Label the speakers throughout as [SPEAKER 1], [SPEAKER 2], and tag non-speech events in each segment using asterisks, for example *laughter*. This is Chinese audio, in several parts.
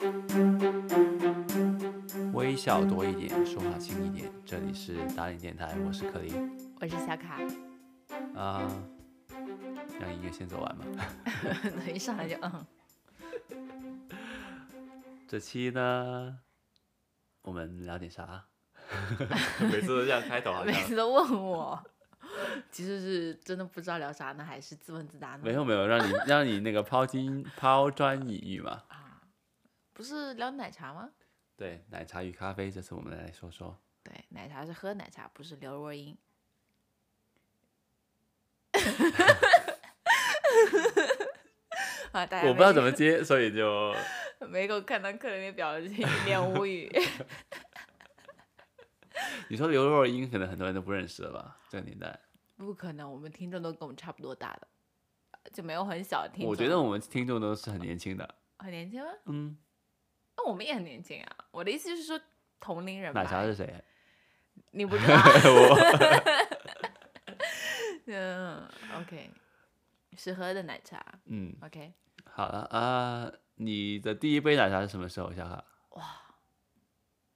[SPEAKER 1] 嗯
[SPEAKER 2] 微笑多一点，说话轻一点。这里是打脸电台，我是克林。
[SPEAKER 1] 我是
[SPEAKER 2] *laughs*
[SPEAKER 1] 小卡，
[SPEAKER 2] 啊、让音乐先走完吧。
[SPEAKER 1] 等一上来就嗯，
[SPEAKER 2] 这期呢，我们聊点啥？ *laughs* 每次都这样开头，好
[SPEAKER 1] *laughs* 每
[SPEAKER 2] 像
[SPEAKER 1] 次都问我， *laughs* 其实是真的不知道聊啥呢，还是自问自答呢？
[SPEAKER 2] 没有没有，让你让你那个抛金抛砖引玉嘛。
[SPEAKER 1] 啊，不是聊奶茶吗？
[SPEAKER 2] 对，奶茶与咖啡，这次我们来说说。
[SPEAKER 1] 对，奶茶是喝奶茶，不是刘若英。 *laughs* 啊，大家
[SPEAKER 2] 我不知道
[SPEAKER 1] 没
[SPEAKER 2] 怎么接，所以就
[SPEAKER 1] 没给我看到客人的表情，一脸无语。 *laughs*
[SPEAKER 2] 你说刘若英，可能很多人都不认识了吧？这个年代，
[SPEAKER 1] 不可能，我们听众都跟我们差不多大的，就没有很小的听众。
[SPEAKER 2] 我觉得我们听众都是很年轻的。
[SPEAKER 1] 很年轻吗？
[SPEAKER 2] 嗯，
[SPEAKER 1] 那我们也很年轻啊。我的意思就是说，同龄人吧。
[SPEAKER 2] 奶茶是谁？
[SPEAKER 1] 你不知道？
[SPEAKER 2] 我
[SPEAKER 1] *laughs* 嗯，OK，是喝的奶茶。
[SPEAKER 2] 嗯，
[SPEAKER 1] OK，
[SPEAKER 2] 好了啊、你的第一杯奶茶是什么时候，小卡？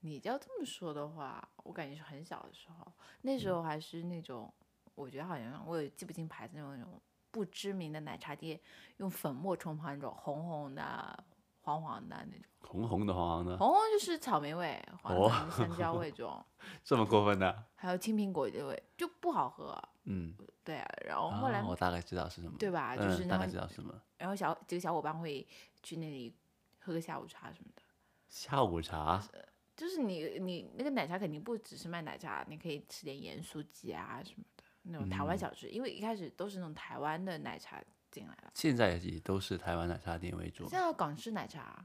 [SPEAKER 1] 你要这么说的话，我感觉是很小的时候，那时候还是那种，我觉得好像我也记不清牌子那种那种不知名的奶茶店，用粉末冲泡那种红红的、黄黄的那种，
[SPEAKER 2] 红红的黄黄的，
[SPEAKER 1] 红红就是草莓味，黄
[SPEAKER 2] 哦
[SPEAKER 1] 黄的香蕉味这种， *laughs*
[SPEAKER 2] 这么过分的、
[SPEAKER 1] 还有青苹果的味，就不好喝。
[SPEAKER 2] 嗯，
[SPEAKER 1] 对啊，然后后来、
[SPEAKER 2] 啊我大概知道是什么，
[SPEAKER 1] 对吧？就是
[SPEAKER 2] 嗯、
[SPEAKER 1] 那
[SPEAKER 2] 大概
[SPEAKER 1] 种
[SPEAKER 2] 知道什么。
[SPEAKER 1] 然后小几个小伙伴会去那里喝个下午茶什么的。
[SPEAKER 2] 下午茶，
[SPEAKER 1] 就是你你那个奶茶肯定不只是卖奶茶，你可以吃点盐酥鸡啊什么的那种台湾
[SPEAKER 2] 嗯
[SPEAKER 1] 小吃，因为一开始都是那种台湾的奶茶进来了，
[SPEAKER 2] 现在也都是台湾奶茶店为主
[SPEAKER 1] 现，在港式奶茶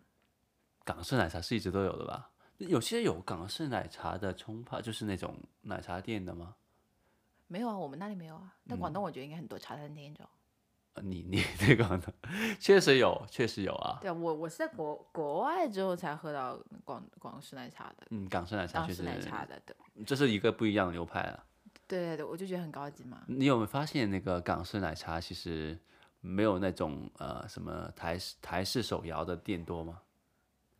[SPEAKER 2] 港式奶茶是一直都有的吧？有些有港式奶茶的冲泡，就是那种奶茶店的吗？
[SPEAKER 1] 没有啊，我们那里没有啊，但
[SPEAKER 2] 嗯
[SPEAKER 1] 广东我觉得应该很多茶餐厅这种。
[SPEAKER 2] 呃你你这个呢，确实有，确实有啊。
[SPEAKER 1] 对啊，我我是在国国外之后才喝到广广式奶茶的，
[SPEAKER 2] 嗯，港式奶茶
[SPEAKER 1] 港
[SPEAKER 2] 确
[SPEAKER 1] 式
[SPEAKER 2] 实，
[SPEAKER 1] 奶茶的，对
[SPEAKER 2] 这是一个不一样的流派啊。
[SPEAKER 1] 对对对，我就觉得很高级嘛。
[SPEAKER 2] 你有没有发现那个港式奶茶其实没有那种呃什么台式台式手摇的店多吗？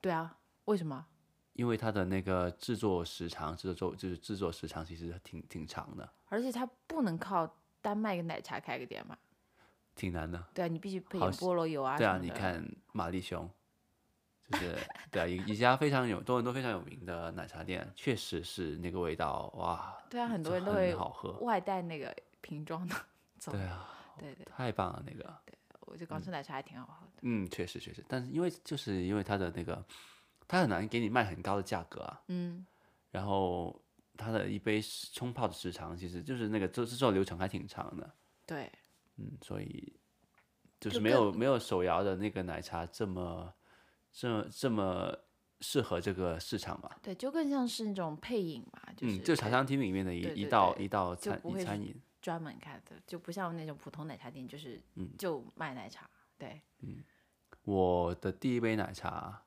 [SPEAKER 1] 对啊，为什么？
[SPEAKER 2] 因为它的那个制作时长，制作周就是制作时长其实挺挺长的，
[SPEAKER 1] 而且它不能靠单卖个奶茶开个店嘛？
[SPEAKER 2] 挺难的。
[SPEAKER 1] 对啊，你必须配
[SPEAKER 2] 好
[SPEAKER 1] 点
[SPEAKER 2] 喜
[SPEAKER 1] 菠萝油啊
[SPEAKER 2] 对
[SPEAKER 1] 什
[SPEAKER 2] 啊，
[SPEAKER 1] 么
[SPEAKER 2] 你
[SPEAKER 1] 的
[SPEAKER 2] 看玛丽熊，就是对啊，一一家非常有多伦多非常有名的奶茶店，确实是那个味道，哇，
[SPEAKER 1] 对啊，很多人都
[SPEAKER 2] 很
[SPEAKER 1] 会
[SPEAKER 2] 好喝
[SPEAKER 1] 外带那个瓶装的走。
[SPEAKER 2] 对啊，
[SPEAKER 1] 对对，
[SPEAKER 2] 太棒了那个。
[SPEAKER 1] 我觉得港式奶茶还挺好喝的。
[SPEAKER 2] 嗯，确实确实，但是因为就是因为它的那个，它很难给你卖很高的价格啊。
[SPEAKER 1] 嗯，
[SPEAKER 2] 然后它的一杯时冲泡的时长，其实就是那个制制作流程还挺长的，
[SPEAKER 1] 对，
[SPEAKER 2] 嗯，所以就是
[SPEAKER 1] 就
[SPEAKER 2] 没有没有手摇的那个奶茶这么这这么适合这个市场吧。
[SPEAKER 1] 对，就更像是那种配饮嘛，就是、
[SPEAKER 2] 嗯，就茶餐厅里面的一
[SPEAKER 1] 对
[SPEAKER 2] 一
[SPEAKER 1] 对
[SPEAKER 2] 道
[SPEAKER 1] 对
[SPEAKER 2] 一道
[SPEAKER 1] 就
[SPEAKER 2] 餐
[SPEAKER 1] 不
[SPEAKER 2] 一
[SPEAKER 1] 会
[SPEAKER 2] 餐
[SPEAKER 1] 是
[SPEAKER 2] 饮，
[SPEAKER 1] 专门开的，就不像那种普通奶茶店，就是
[SPEAKER 2] 嗯
[SPEAKER 1] 就卖奶茶。对，
[SPEAKER 2] 我的第一杯奶茶，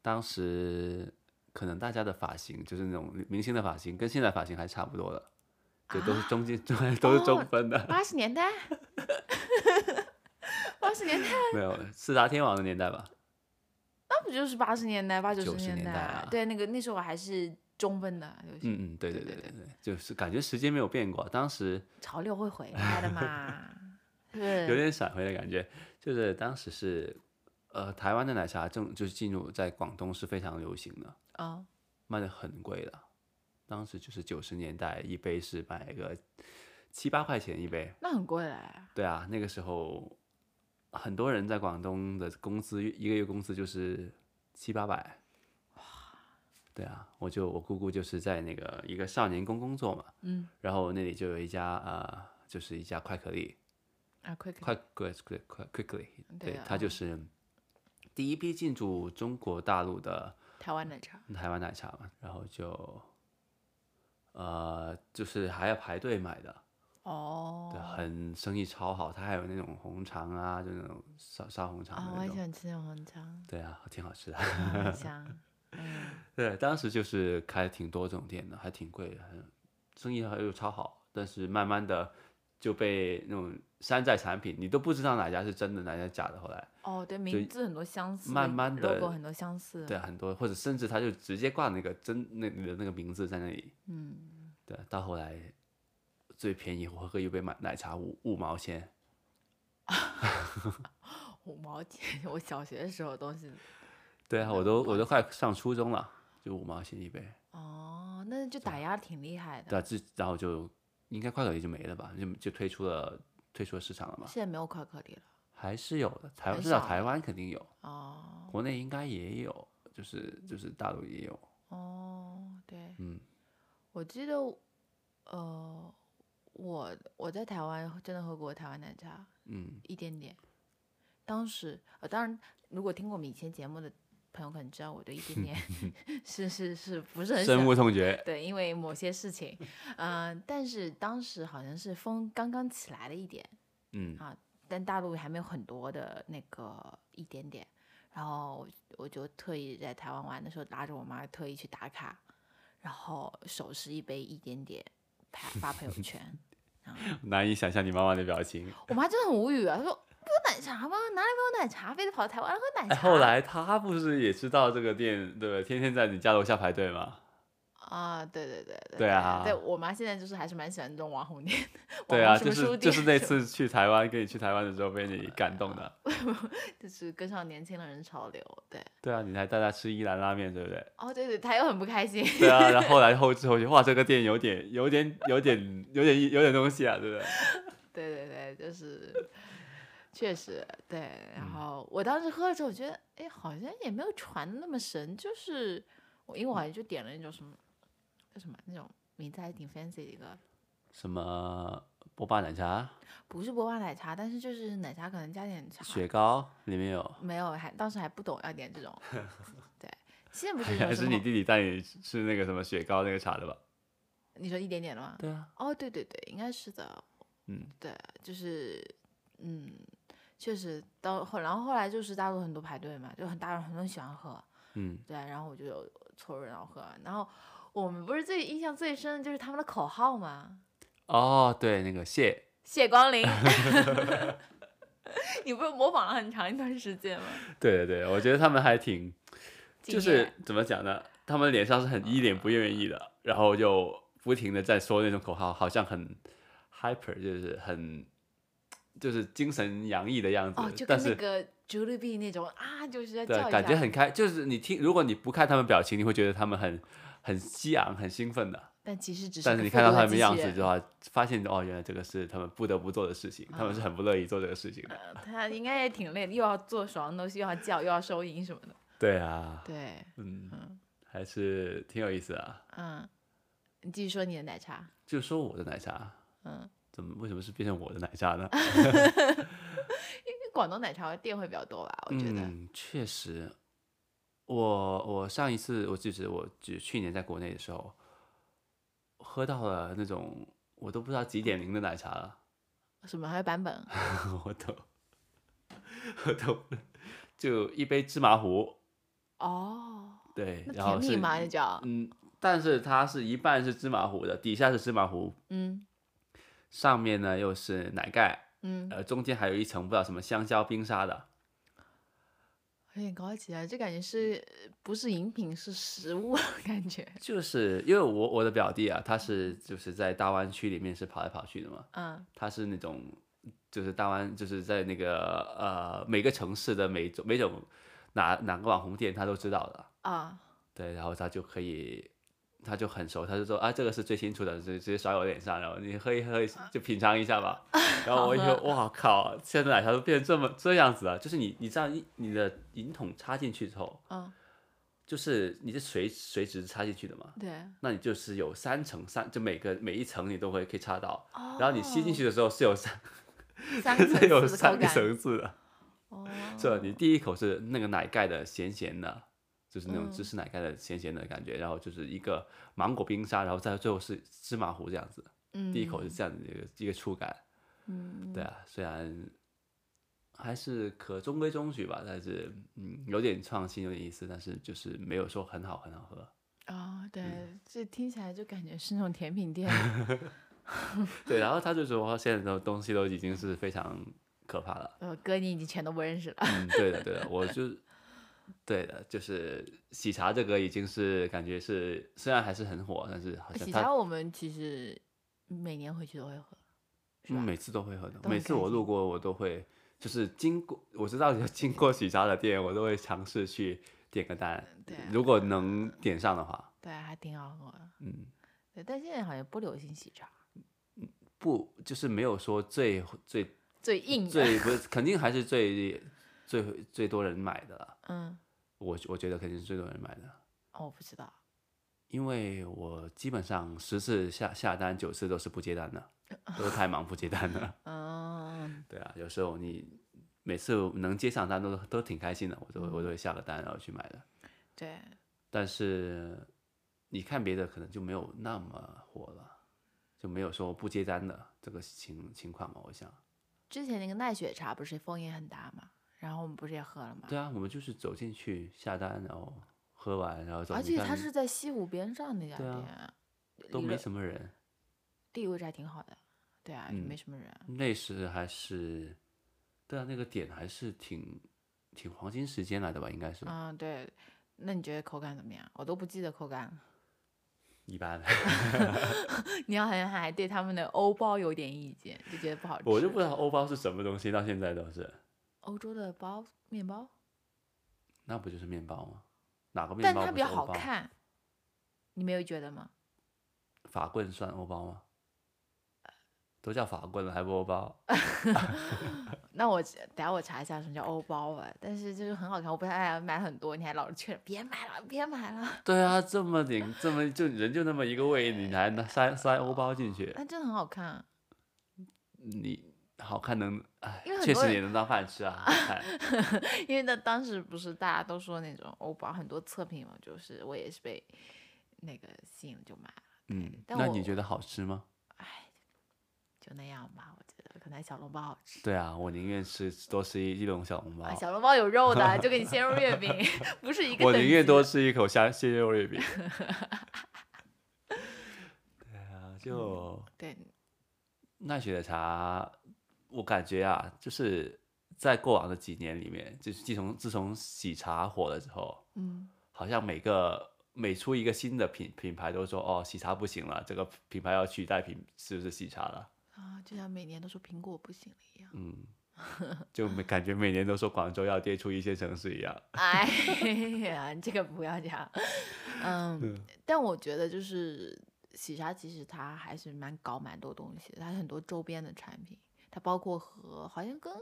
[SPEAKER 2] 当时可能大家的发型就是那种明星的发型，跟现在发型还差不多了，就都是中
[SPEAKER 1] *laughs*
[SPEAKER 2] 间、中都是中
[SPEAKER 1] 啊哦
[SPEAKER 2] 分的，
[SPEAKER 1] 八十年 *laughs* 代，八十年代，
[SPEAKER 2] 没有四大天王的年代吧？
[SPEAKER 1] 那不就是八十年代、八九
[SPEAKER 2] 90
[SPEAKER 1] 十年
[SPEAKER 2] 年代啊
[SPEAKER 1] 对，那个那时候我还是中分的，就是、
[SPEAKER 2] 嗯嗯，对
[SPEAKER 1] 对
[SPEAKER 2] 对
[SPEAKER 1] 对
[SPEAKER 2] 对对，就是感觉时间没有变过，当时
[SPEAKER 1] 潮流会回来的 *laughs* 嘛，是不
[SPEAKER 2] 有
[SPEAKER 1] 是？
[SPEAKER 2] 点闪回的感觉，就是当时是呃台湾的奶茶正就是进入在广东是非常流行的，
[SPEAKER 1] 嗯，
[SPEAKER 2] 卖的很贵的，当时就是九十年代一杯是卖个七八块钱一杯。
[SPEAKER 1] 那很贵嘞。
[SPEAKER 2] 对啊，那个时候很多人在广东的工资一个月工资就是七八百。对啊，我就我姑姑就是在那个一个少年宫工作嘛，
[SPEAKER 1] 嗯，
[SPEAKER 2] 然后那里就有一家呃，就是一家快可丽，
[SPEAKER 1] 啊，quick
[SPEAKER 2] 快快快快 quickly，
[SPEAKER 1] 对
[SPEAKER 2] 对
[SPEAKER 1] 啊，
[SPEAKER 2] 它就是第一批进驻中国大陆的
[SPEAKER 1] 台湾奶茶，
[SPEAKER 2] 台湾奶茶嘛，然后就呃，就是还要排队买的，
[SPEAKER 1] 哦，
[SPEAKER 2] 对，很生意超好。它还有那种红肠啊，就那种烧烧红肠
[SPEAKER 1] 啊，我
[SPEAKER 2] 的那种
[SPEAKER 1] 很喜，欢吃那种红肠，
[SPEAKER 2] 对啊，挺好吃的。
[SPEAKER 1] 很香。嗯，
[SPEAKER 2] 对，当时就是开挺多这种店的，还挺贵的，还生意还又超好。但是慢慢的，就被那种山寨产品，你都不知道哪家是真的，哪家是假的。后来，
[SPEAKER 1] *laughs* 哦，对，名字很多相似，
[SPEAKER 2] 慢慢地
[SPEAKER 1] logo 很多相似，
[SPEAKER 2] 对啊，很多或者甚至他就直接挂那个真那你的那个名字在那里。
[SPEAKER 1] 嗯，
[SPEAKER 2] 对啊，到后来最便宜我喝一杯奶奶茶五五毛钱，
[SPEAKER 1] 五毛钱， *laughs* 我小学的时候的东西，
[SPEAKER 2] 对啊，我都我都快上初中了，就五毛钱一杯，
[SPEAKER 1] 哦，那就打压挺厉害的。
[SPEAKER 2] 对啊，这然后就应该快手也就没了吧，就就退出了退出了市场了嘛，
[SPEAKER 1] 现在没有快可丽了，
[SPEAKER 2] 还是有的，台湾
[SPEAKER 1] 很
[SPEAKER 2] 至少
[SPEAKER 1] 少
[SPEAKER 2] 台湾肯定有，
[SPEAKER 1] 哦
[SPEAKER 2] 国内应该也有，就是就是大陆也有，
[SPEAKER 1] 哦，对，
[SPEAKER 2] 嗯，
[SPEAKER 1] 我记得，呃，我我在台湾真的喝过台湾奶茶，
[SPEAKER 2] 嗯
[SPEAKER 1] 一点点。当时，呃，当然，如果听过我们以前节目的朋友可能知道，我对一点点是是是不是很喜
[SPEAKER 2] 深
[SPEAKER 1] 欢
[SPEAKER 2] 恶痛绝，
[SPEAKER 1] 对，因为某些事情，嗯、但是当时好像是风刚刚起来了一点，
[SPEAKER 2] 嗯
[SPEAKER 1] 但大陆还没有很多的那个一点点，然后我我就特意在台湾玩的时候拉着我妈特意去打卡，然后手持一杯一点点拍发朋友圈，
[SPEAKER 2] 嗯难以想象你妈妈的表情。
[SPEAKER 1] 我妈真的很无语啊，她说不有奶茶吗？哪里没有奶茶？非得跑到台湾喝奶
[SPEAKER 2] 哎，
[SPEAKER 1] 茶？
[SPEAKER 2] 后来她不是也知道这个店，对吧？天天在你家楼下排队吗？
[SPEAKER 1] 啊，对对对对
[SPEAKER 2] 对啊
[SPEAKER 1] 对我妈现在就是还是蛮喜欢这种网红店，
[SPEAKER 2] 对
[SPEAKER 1] 网
[SPEAKER 2] 啊，
[SPEAKER 1] 红什
[SPEAKER 2] 就
[SPEAKER 1] 么书
[SPEAKER 2] 是
[SPEAKER 1] 店
[SPEAKER 2] 就是那
[SPEAKER 1] 什么啊
[SPEAKER 2] 次去台湾跟你去台湾的时候被你感动的。
[SPEAKER 1] *laughs* 就是跟上年轻人潮流，对。
[SPEAKER 2] 对啊，你还带她吃伊兰拉面，对不对？
[SPEAKER 1] 哦，对对，他又很不开心。 *laughs*
[SPEAKER 2] 对啊，然后后来后知后觉，哇，这个店有点有点有点有点有点东西啊，对不对？
[SPEAKER 1] 对对对，就是确实对。
[SPEAKER 2] 嗯
[SPEAKER 1] 然后我当时喝了之后，我觉得哎，好像也没有传的那么神，就是我因为我好像就点了那种什么叫什么那种名字还挺 fancy 的一个，
[SPEAKER 2] 什么波霸奶茶、
[SPEAKER 1] 不是波霸奶茶，但是就是奶茶可能加点茶，
[SPEAKER 2] 雪糕里面有，
[SPEAKER 1] 没有还当时还不懂要点
[SPEAKER 2] *laughs*
[SPEAKER 1] 这种。对，现在不是有
[SPEAKER 2] 还是
[SPEAKER 1] 什么
[SPEAKER 2] 你弟弟带你吃那个什么雪糕那个茶的吧？
[SPEAKER 1] 你说一点点了吗？
[SPEAKER 2] 对啊，
[SPEAKER 1] 哦，对对对，应该是的。
[SPEAKER 2] 嗯，
[SPEAKER 1] 对，就是，嗯，确实到后，然后后来就是大陆很多排队嘛，就很大人很多人喜欢喝，
[SPEAKER 2] 嗯，
[SPEAKER 1] 对，然后我就有凑热闹喝。然后我们不是最印象最深的就是他们的口号嘛，
[SPEAKER 2] 哦，对，那个蟹，
[SPEAKER 1] 谢
[SPEAKER 2] *laughs*
[SPEAKER 1] 光临。你不是模仿了很长一段时间吗？
[SPEAKER 2] 对对对，我觉得他们还挺就
[SPEAKER 1] 敬
[SPEAKER 2] 是
[SPEAKER 1] 业
[SPEAKER 2] 怎么讲呢？他们脸上是很一脸不愿意的，然后就不停的在说那种口号，好像很 hyper，就是很就是精神洋溢的样子。
[SPEAKER 1] 哦，就
[SPEAKER 2] 但
[SPEAKER 1] 跟那
[SPEAKER 2] 是
[SPEAKER 1] 个 Jollibee 那种啊，就是要叫
[SPEAKER 2] 对，
[SPEAKER 1] 一
[SPEAKER 2] 感觉
[SPEAKER 1] 下
[SPEAKER 2] 很开，就是你听，如果你不看他们表情，你会觉得他们很很激昂、很兴奋的。
[SPEAKER 1] 但其实只是
[SPEAKER 2] 但是
[SPEAKER 1] 个
[SPEAKER 2] 你
[SPEAKER 1] 复
[SPEAKER 2] 看到
[SPEAKER 1] 读
[SPEAKER 2] 他
[SPEAKER 1] 的
[SPEAKER 2] 们
[SPEAKER 1] 机
[SPEAKER 2] 样
[SPEAKER 1] 器
[SPEAKER 2] 子
[SPEAKER 1] 人
[SPEAKER 2] 的话，发现哦，原来这个是他们不得不做的事情，他
[SPEAKER 1] 嗯
[SPEAKER 2] 们是很不乐意做这个事情的。
[SPEAKER 1] 呃他应该也挺累的，又要做手上的东西，又要叫，又要收银什么的。
[SPEAKER 2] 对啊，
[SPEAKER 1] 对，
[SPEAKER 2] 嗯
[SPEAKER 1] 嗯，
[SPEAKER 2] 还是挺有意思的啊。
[SPEAKER 1] 嗯，你继续说你的奶茶。
[SPEAKER 2] 就说我的奶茶，
[SPEAKER 1] 嗯，
[SPEAKER 2] 怎么为什么是变成我的奶茶呢？
[SPEAKER 1] 因为广东奶茶店会比较多吧，我觉得。
[SPEAKER 2] 嗯，确实，我我上一次我记得我只去年在国内的时候，喝到了那种我都不知道几点零的奶茶了， *laughs*
[SPEAKER 1] 什么还有版本？
[SPEAKER 2] 我都我都 *laughs* 就一杯芝麻糊，
[SPEAKER 1] *laughs* 哦，
[SPEAKER 2] 对
[SPEAKER 1] 那，
[SPEAKER 2] 然后
[SPEAKER 1] 甜
[SPEAKER 2] 是
[SPEAKER 1] 品嘛，那叫
[SPEAKER 2] 嗯，但是它是一半是芝麻糊的，底下是芝麻糊，
[SPEAKER 1] 嗯
[SPEAKER 2] 上面呢又是奶盖，
[SPEAKER 1] 嗯，
[SPEAKER 2] 呃，中间还有一层不知道什么香蕉冰沙的，
[SPEAKER 1] 有点高级啊，这感觉是不是饮品是食物感觉？
[SPEAKER 2] 就是因为我我的表弟啊，他是就是在大湾区里面是跑来跑去的嘛。
[SPEAKER 1] *laughs* 嗯
[SPEAKER 2] 它是那种就是大湾，就是在那个呃每个城市的每种每种哪哪个网红店他都知道的，
[SPEAKER 1] 啊，
[SPEAKER 2] 对，然后他就可以。他就很熟，他就说啊，这个是最新出的，直直接甩我脸上，然后你喝一喝，就品尝一下
[SPEAKER 1] *laughs*
[SPEAKER 2] 吧。然后我一
[SPEAKER 1] 好
[SPEAKER 2] 说，哇靠，现在奶茶都变成这么这样子了，就是你你这样一你的银筒插进去之后，
[SPEAKER 1] 嗯，
[SPEAKER 2] 就是你是垂垂直插进去的嘛，
[SPEAKER 1] 对，
[SPEAKER 2] 那你就是有三层三，就每个每一层你都会可以插到，
[SPEAKER 1] 哦
[SPEAKER 2] 然后你吸进去的时候是有三 *laughs*
[SPEAKER 1] 三个层
[SPEAKER 2] 这有
[SPEAKER 1] 次的口
[SPEAKER 2] 三个
[SPEAKER 1] 感
[SPEAKER 2] 层次的，
[SPEAKER 1] 哦，
[SPEAKER 2] 这你第一口是那个奶盖的咸咸的，就是那种
[SPEAKER 1] 嗯
[SPEAKER 2] 芝士奶盖的咸咸的感觉，然后就是一个芒果冰沙，然后再最后是芝麻糊这样子，
[SPEAKER 1] 嗯，
[SPEAKER 2] 第一口是这样的一个一个触感，
[SPEAKER 1] 嗯，
[SPEAKER 2] 对啊，虽然还是可中规中矩吧，但是嗯有点创新，有点意思，但是就是没有说很好很好喝，嗯
[SPEAKER 1] 哦，对，这听起来就感觉是那种甜品店， *laughs*
[SPEAKER 2] 对，然后他就说现在的东西都已经是非常可怕了。
[SPEAKER 1] 呃，哥你已经全都不认识了，
[SPEAKER 2] 嗯，对的，对的，我就对的，就是喜茶这个已经是感觉是虽然还是很火，但是好像
[SPEAKER 1] 喜
[SPEAKER 2] 他
[SPEAKER 1] 茶我们其实每年回去都会喝，是吧？
[SPEAKER 2] 嗯每次都会喝的，
[SPEAKER 1] 都
[SPEAKER 2] 每
[SPEAKER 1] 很
[SPEAKER 2] 次
[SPEAKER 1] 开
[SPEAKER 2] 我
[SPEAKER 1] 心
[SPEAKER 2] 路过我都会就是经过，我知道有经过喜茶的店，我都会尝试去点个单，
[SPEAKER 1] 对啊
[SPEAKER 2] 如果能点上的话，
[SPEAKER 1] 对，还挺好喝的。
[SPEAKER 2] 嗯。
[SPEAKER 1] 对，但现在好像不流行喜茶，
[SPEAKER 2] 不，就是没有说最最
[SPEAKER 1] 最硬的，
[SPEAKER 2] 最不是，肯定还是最最最多人买的啦。
[SPEAKER 1] 嗯，
[SPEAKER 2] 我我觉得肯定是最多人买的，
[SPEAKER 1] 哦我不知道，
[SPEAKER 2] 因为我基本上十次下下单九次都是不接单的，都是太忙不接单的。 *laughs*
[SPEAKER 1] 嗯，
[SPEAKER 2] 对啊，有时候你每次能接上单都都挺开心的，我都我都会下个单然后去买的。
[SPEAKER 1] 对，
[SPEAKER 2] 但是你看别的可能就没有那么火了，就没有说不接单的这个情情况吧，我想。
[SPEAKER 1] 之前那个奈雪茶不是风也很大嘛，然后我们不是也喝了嘛，
[SPEAKER 2] 对啊，我们就是走进去下单，然后喝完，然后走。
[SPEAKER 1] 而
[SPEAKER 2] 你
[SPEAKER 1] 且
[SPEAKER 2] 看
[SPEAKER 1] 它是在西湖边上那家
[SPEAKER 2] 对啊
[SPEAKER 1] 店，
[SPEAKER 2] 都
[SPEAKER 1] 理
[SPEAKER 2] 没
[SPEAKER 1] 论
[SPEAKER 2] 什么人，
[SPEAKER 1] 地理位置还挺好的，对啊，也没
[SPEAKER 2] 嗯
[SPEAKER 1] 什么人，
[SPEAKER 2] 那时还是，对啊，那个点还是挺挺黄金时间来的吧，应该是、
[SPEAKER 1] 嗯，对。那你觉得口感怎么样？我都不记得口感了。 *laughs*
[SPEAKER 2] 一般。
[SPEAKER 1] 你好像还对他们的欧包有点意见，就觉得不好吃。
[SPEAKER 2] *laughs* 我就不知道欧包是什么东西，到现在都是，
[SPEAKER 1] 欧洲的包面包，
[SPEAKER 2] 那不就是面包吗？哪个面
[SPEAKER 1] 但
[SPEAKER 2] 包
[SPEAKER 1] 它
[SPEAKER 2] 不
[SPEAKER 1] 比
[SPEAKER 2] 是
[SPEAKER 1] 较
[SPEAKER 2] 欧
[SPEAKER 1] 好
[SPEAKER 2] 包？
[SPEAKER 1] 看，你没有觉得吗？
[SPEAKER 2] 法棍算欧包吗？都叫法棍了，还不欧包？ *laughs*
[SPEAKER 1] 那我等下我查一下什么叫欧包吧，但是就是很好看，我不太爱买很多，你还老是劝别买了，别买了，
[SPEAKER 2] 对啊，这么点，这么就人就那么一个胃，你还拿塞塞欧包进去？
[SPEAKER 1] 但真的很好看，啊
[SPEAKER 2] 你好看能，哎
[SPEAKER 1] 因为，很
[SPEAKER 2] 确
[SPEAKER 1] 多
[SPEAKER 2] 实
[SPEAKER 1] 人
[SPEAKER 2] 也能当饭吃
[SPEAKER 1] *laughs*
[SPEAKER 2] 啊。好看
[SPEAKER 1] *laughs* 因为那当时不是大家都说那种欧包很多测评嘛，就是我也是被那个吸引了就买了，
[SPEAKER 2] 嗯，
[SPEAKER 1] 但
[SPEAKER 2] 那你
[SPEAKER 1] 我
[SPEAKER 2] 觉得好吃吗？
[SPEAKER 1] 就那样吧，我觉得可能小笼包好吃。
[SPEAKER 2] 对啊，我宁愿吃多吃一一笼小笼包
[SPEAKER 1] 啊，，小笼包有肉
[SPEAKER 2] *laughs*
[SPEAKER 1] 的，就给你鲜肉月饼， *laughs* 不是一个
[SPEAKER 2] 哦我
[SPEAKER 1] 等
[SPEAKER 2] 宁愿
[SPEAKER 1] 级
[SPEAKER 2] 多
[SPEAKER 1] 的
[SPEAKER 2] 吃一口香蟹肉月
[SPEAKER 1] *laughs*
[SPEAKER 2] 饼。对啊，就
[SPEAKER 1] 对，
[SPEAKER 2] 奈雪的茶，我感觉啊，就是在过往的几年里面，就是自从自从喜茶火了之后，
[SPEAKER 1] 嗯，
[SPEAKER 2] 好像每个每出一个新的品品牌都说哦，喜茶不行了，这个品牌要取代品是不是喜茶了？
[SPEAKER 1] 啊，就像每年都说苹果不行了一样。 *laughs*
[SPEAKER 2] 嗯，就每感觉每年都说广州要跌出一线城市一 *laughs* 样。
[SPEAKER 1] 哎呀，这个不要讲。嗯，但我觉得就是喜茶，其实它还是蛮搞蛮多东西的，它很多周边的产品，它包括和好像跟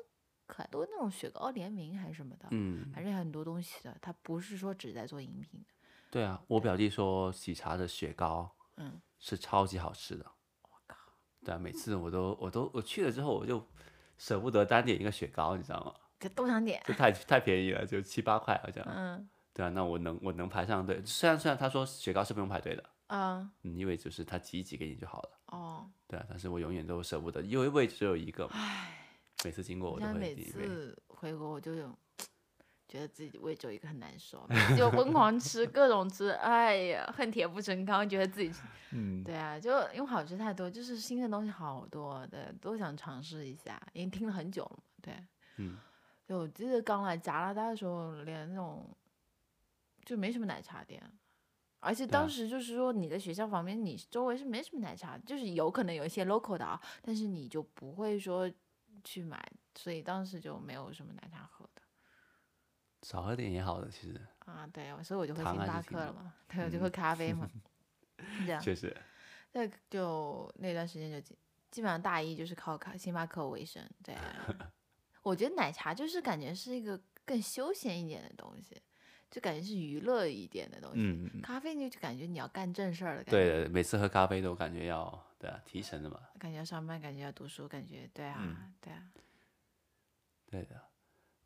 [SPEAKER 1] 可爱多那种雪糕联名还是什么的，
[SPEAKER 2] 嗯，
[SPEAKER 1] 反正很多东西的，它不是说只在做饮品的。
[SPEAKER 2] 对啊，我表弟说喜茶的雪糕
[SPEAKER 1] 嗯，
[SPEAKER 2] 是超级好吃的。我
[SPEAKER 1] 靠！
[SPEAKER 2] 对啊，每次我都我都我去了之后，我就舍不得单点一个雪糕，你知道吗？
[SPEAKER 1] 这都想点。
[SPEAKER 2] 这太太便宜了，就七八块好像。
[SPEAKER 1] 嗯
[SPEAKER 2] 对啊，那我能我能排上队，虽然虽然他说雪糕是不用排队的，
[SPEAKER 1] 啊
[SPEAKER 2] 嗯，因为就是他挤一挤给你就好了。
[SPEAKER 1] 哦，
[SPEAKER 2] 对啊，但是我永远都舍不得，因为位置只有一个嘛，
[SPEAKER 1] 唉，
[SPEAKER 2] 每次经过我
[SPEAKER 1] 现
[SPEAKER 2] 都
[SPEAKER 1] 在
[SPEAKER 2] 会
[SPEAKER 1] 每
[SPEAKER 2] 点一杯。
[SPEAKER 1] 次回国我就有。觉得自己胃只有一个很难受，每次就疯
[SPEAKER 2] *laughs*
[SPEAKER 1] 狂吃各种吃，哎呀，恨铁不成钢，觉得自己
[SPEAKER 2] 嗯，
[SPEAKER 1] 对啊，就因为好吃太多，就是新的东西好多的，都想尝试一下，因为听了很久了嘛。对，
[SPEAKER 2] 嗯，
[SPEAKER 1] 对我记得刚来加拿大的时候，连那种就没什么奶茶店，而且
[SPEAKER 2] 对啊
[SPEAKER 1] 当时就是说你的学校旁边，你周围是没什么奶茶，就是有可能有一些 local 的啊，但是你就不会说去买，所以当时就没有什么奶茶喝的
[SPEAKER 2] 少喝点也好的，其实
[SPEAKER 1] 啊。对，所以我就喝
[SPEAKER 2] 糖
[SPEAKER 1] 星
[SPEAKER 2] 还是
[SPEAKER 1] 巴
[SPEAKER 2] 挺
[SPEAKER 1] 克
[SPEAKER 2] 好嗯
[SPEAKER 1] 了嘛，对，我就喝咖
[SPEAKER 2] *laughs*
[SPEAKER 1] 啡嘛，这样。
[SPEAKER 2] 确实，
[SPEAKER 1] 那就那段时间就基基本上大一就是靠靠星巴克为生，对啊。
[SPEAKER 2] *laughs*
[SPEAKER 1] 我觉得奶茶就是感觉是一个更休闲一点的东西，就感觉是娱乐一点的东西。
[SPEAKER 2] 嗯，嗯
[SPEAKER 1] 咖啡你就感觉你要干正事儿的感觉，
[SPEAKER 2] 对的，每次喝咖啡都感觉要对啊提神的嘛。
[SPEAKER 1] 感觉要上班，感觉要读书，感觉对啊，
[SPEAKER 2] 嗯
[SPEAKER 1] 对啊，
[SPEAKER 2] 对的，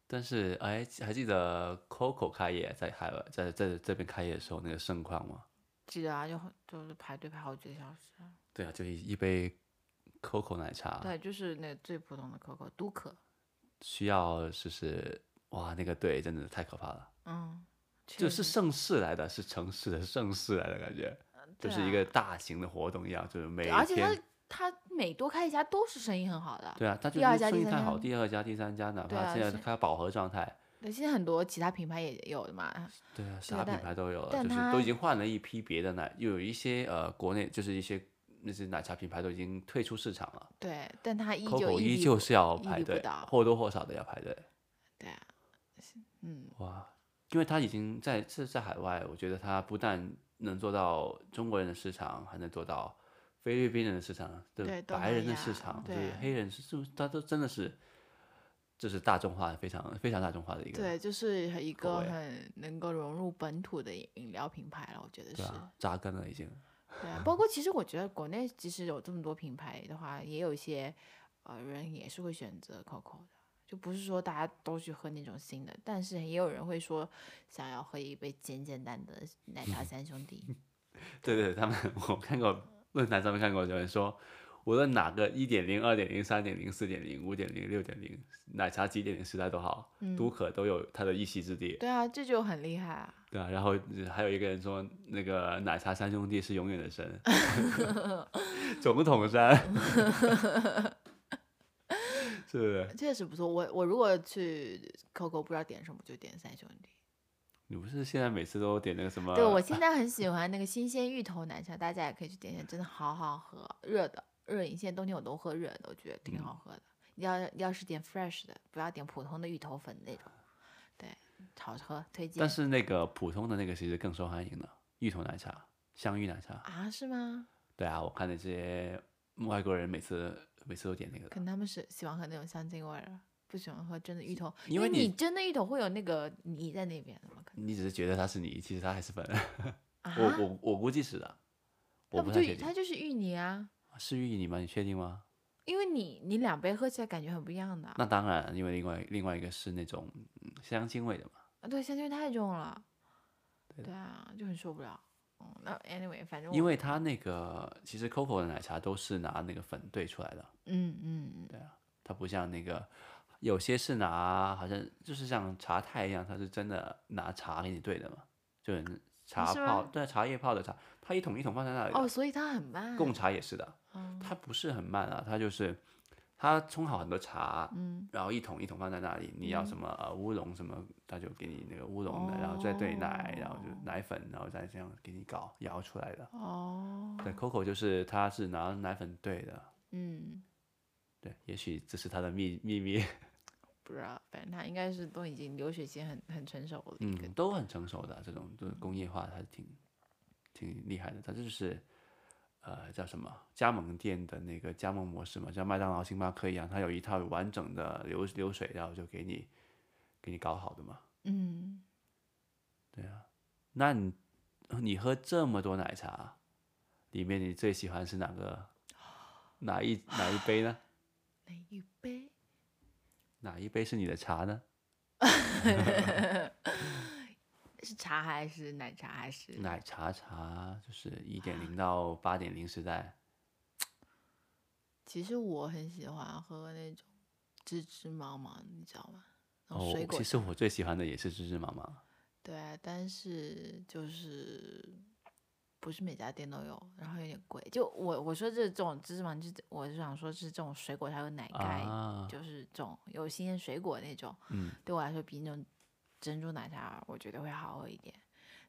[SPEAKER 2] 但是哎，还记得 Coco 开业在海外，在在这边开业的时候那个盛况吗？
[SPEAKER 1] 记得啊，就很就是排队排好几个小时啊。
[SPEAKER 2] 对啊，就一一杯 Coco 奶茶，
[SPEAKER 1] 对，就是那最普通的可口都可，
[SPEAKER 2] 需要就是哇，那个队真的太可怕了，
[SPEAKER 1] 嗯，确
[SPEAKER 2] 就是
[SPEAKER 1] 实
[SPEAKER 2] 盛世来的，是城市的盛世来的感觉，就
[SPEAKER 1] 对
[SPEAKER 2] 是一
[SPEAKER 1] 啊
[SPEAKER 2] 个大型的活动一样，就是每
[SPEAKER 1] 对
[SPEAKER 2] 一
[SPEAKER 1] 而且它
[SPEAKER 2] 天
[SPEAKER 1] 他每多开一家都是生意很好的。
[SPEAKER 2] 对啊，他就
[SPEAKER 1] 第二
[SPEAKER 2] 是
[SPEAKER 1] 家
[SPEAKER 2] 生
[SPEAKER 1] 第
[SPEAKER 2] 意
[SPEAKER 1] 三
[SPEAKER 2] 太
[SPEAKER 1] 家
[SPEAKER 2] 好，第二家、第三家，哪
[SPEAKER 1] 对
[SPEAKER 2] 怕
[SPEAKER 1] 啊
[SPEAKER 2] 现在
[SPEAKER 1] 是
[SPEAKER 2] 开饱和状态，
[SPEAKER 1] 对，现在很多其他品牌也有的嘛，
[SPEAKER 2] 对啊，
[SPEAKER 1] 对
[SPEAKER 2] 啥品
[SPEAKER 1] 但
[SPEAKER 2] 牌都有了，
[SPEAKER 1] 但
[SPEAKER 2] 就是都
[SPEAKER 1] 它
[SPEAKER 2] 已经换了一批别的奶，又有一些呃国内就是一些那些奶茶品牌都已经退出市场了
[SPEAKER 1] 对，但他依旧
[SPEAKER 2] ，COCO
[SPEAKER 1] 屹
[SPEAKER 2] 依
[SPEAKER 1] 立
[SPEAKER 2] 旧
[SPEAKER 1] 不
[SPEAKER 2] 是要
[SPEAKER 1] 屹
[SPEAKER 2] 排
[SPEAKER 1] 立不
[SPEAKER 2] 队
[SPEAKER 1] 倒，
[SPEAKER 2] 或多或少的要排队。
[SPEAKER 1] 对啊，嗯，
[SPEAKER 2] 哇，因为它已经在是在海外，我觉得它不但能做到中国人的市场，还能做到菲律宾人的市场，
[SPEAKER 1] 对东
[SPEAKER 2] 白人
[SPEAKER 1] 南
[SPEAKER 2] 的
[SPEAKER 1] 亚
[SPEAKER 2] 市场，
[SPEAKER 1] 对
[SPEAKER 2] 是黑人是是，它都真的是，这是大众化，非常非常大众化的一个。
[SPEAKER 1] 对，就是很一
[SPEAKER 2] 口
[SPEAKER 1] 个
[SPEAKER 2] 味
[SPEAKER 1] 很能够融入本土的饮饮料品牌了，我觉得是
[SPEAKER 2] 对。啊，扎根了已经。*laughs*
[SPEAKER 1] 对啊，包括其实我觉得国内即使有这么多品牌的话，也有一些呃人也是会选择 COCO 的，就不是说大家都去喝那种新的，但是也有人会说想要喝一杯简简单
[SPEAKER 2] *laughs*
[SPEAKER 1] 的奶茶三兄弟，
[SPEAKER 2] 对对，他们 *laughs* 我看过论坛上面看过有人说，无论哪个一点零、二点零、三点零、四点零、五点零、六点零，奶茶几点零时代都好，都可都有它的一席之地。
[SPEAKER 1] 嗯对啊，这就很厉害啊。
[SPEAKER 2] 对啊，然后呃还有一个人说，那个奶茶三兄弟是永远的神，
[SPEAKER 1] *laughs*
[SPEAKER 2] 总统山，是不是？
[SPEAKER 1] 确实不错，我我如果去 COCO 不知道点什么，就点三兄弟。
[SPEAKER 2] 你不是现在每次都点那个什么？
[SPEAKER 1] 对，我现在很喜欢那个新鲜芋头奶茶，大家也可以去点点，真的好好喝，热的热饮。现在冬天我都喝热的，我觉得挺
[SPEAKER 2] 嗯
[SPEAKER 1] 好喝的。要要是点 fresh 的，不要点普通的芋头粉那种。对，好喝，推荐。
[SPEAKER 2] 但是那个普通的那个其实更受欢迎的芋头奶茶、香芋奶茶。
[SPEAKER 1] 啊，是吗？
[SPEAKER 2] 对啊，我看那些外国人每次每次都点那个的
[SPEAKER 1] 可。能他们是喜欢喝那种香精味儿的，不喜欢喝真的芋头，
[SPEAKER 2] 因
[SPEAKER 1] 因
[SPEAKER 2] 为你
[SPEAKER 1] 你真的芋头会有那个泥在那边的嘛？可能
[SPEAKER 2] 你只是觉得它是泥，其实它还是粉。
[SPEAKER 1] 啊，
[SPEAKER 2] 我我我估计是的，我
[SPEAKER 1] 它
[SPEAKER 2] 不
[SPEAKER 1] 不
[SPEAKER 2] 太确
[SPEAKER 1] 就芋
[SPEAKER 2] 定
[SPEAKER 1] 它。就是芋泥啊，
[SPEAKER 2] 是芋泥吗？你确定吗？
[SPEAKER 1] 因为你你两杯喝起来感觉很不一样的啊。
[SPEAKER 2] 那当然，因为另外另外一个是那种嗯香精味的嘛。
[SPEAKER 1] 啊，对，香精太重了，
[SPEAKER 2] 对
[SPEAKER 1] 对啊，就很受不了。嗯，那 anyway，反正
[SPEAKER 2] 因
[SPEAKER 1] 我
[SPEAKER 2] 为它那个其实 COCO 的奶茶都是拿那个粉兑出来的，
[SPEAKER 1] 嗯嗯嗯，
[SPEAKER 2] 它不像那个有些是拿好像就是像茶太一样，它是真的拿茶给你兑的嘛，就是茶
[SPEAKER 1] 是
[SPEAKER 2] 泡
[SPEAKER 1] 吗
[SPEAKER 2] 对茶叶泡的茶，它一桶一桶放在那里的。
[SPEAKER 1] 哦，所以它很慢。嗯
[SPEAKER 2] 贡茶也是的，它不是很慢啊，它就是它冲好很多
[SPEAKER 1] 嗯
[SPEAKER 2] 茶，然后一桶一桶放在那里，你要什么呃乌龙什么，它就给你那个乌龙的，然后再兑奶，然后就奶粉，然后再这样给你搞摇出来的。
[SPEAKER 1] 哦，
[SPEAKER 2] 对，Coco 就是它是拿奶粉兑的，
[SPEAKER 1] 嗯，
[SPEAKER 2] 对，也许这是它的秘秘密，
[SPEAKER 1] 不知道，反正它应该是都已经流水线很很成熟了一个。
[SPEAKER 2] 嗯，都很成熟的这种，就是工业化还是挺挺厉害的，它就是。呃，叫什么加盟店的那个加盟模式嘛，像麦当劳、星巴克一样，它有一套完整的流流水，然后就给你给你搞好的嘛。啊
[SPEAKER 1] 嗯，
[SPEAKER 2] 那你你喝这么多奶茶，里面你最喜欢是哪个哪一哪一杯呢？
[SPEAKER 1] 那一杯
[SPEAKER 2] 哪一杯是你的茶呢？
[SPEAKER 1] 是茶还是奶茶还是？
[SPEAKER 2] 奶茶茶就是一点零到八点零时代，
[SPEAKER 1] 其实我很喜欢喝那种芝芝芒芒，你知道吗？那种
[SPEAKER 2] 哦
[SPEAKER 1] 水，果
[SPEAKER 2] 其实我最喜欢的也是芝芝芒芒。
[SPEAKER 1] 对，啊但是就是不是每家店都有，然后有点贵。就我我说这种芝士芒，就是我是想说是这种水果，它有奶盖，
[SPEAKER 2] 啊
[SPEAKER 1] 就是这种有新鲜水果那种，
[SPEAKER 2] 嗯，
[SPEAKER 1] 对我来说比那种珍珠奶茶我觉得会好喝一点。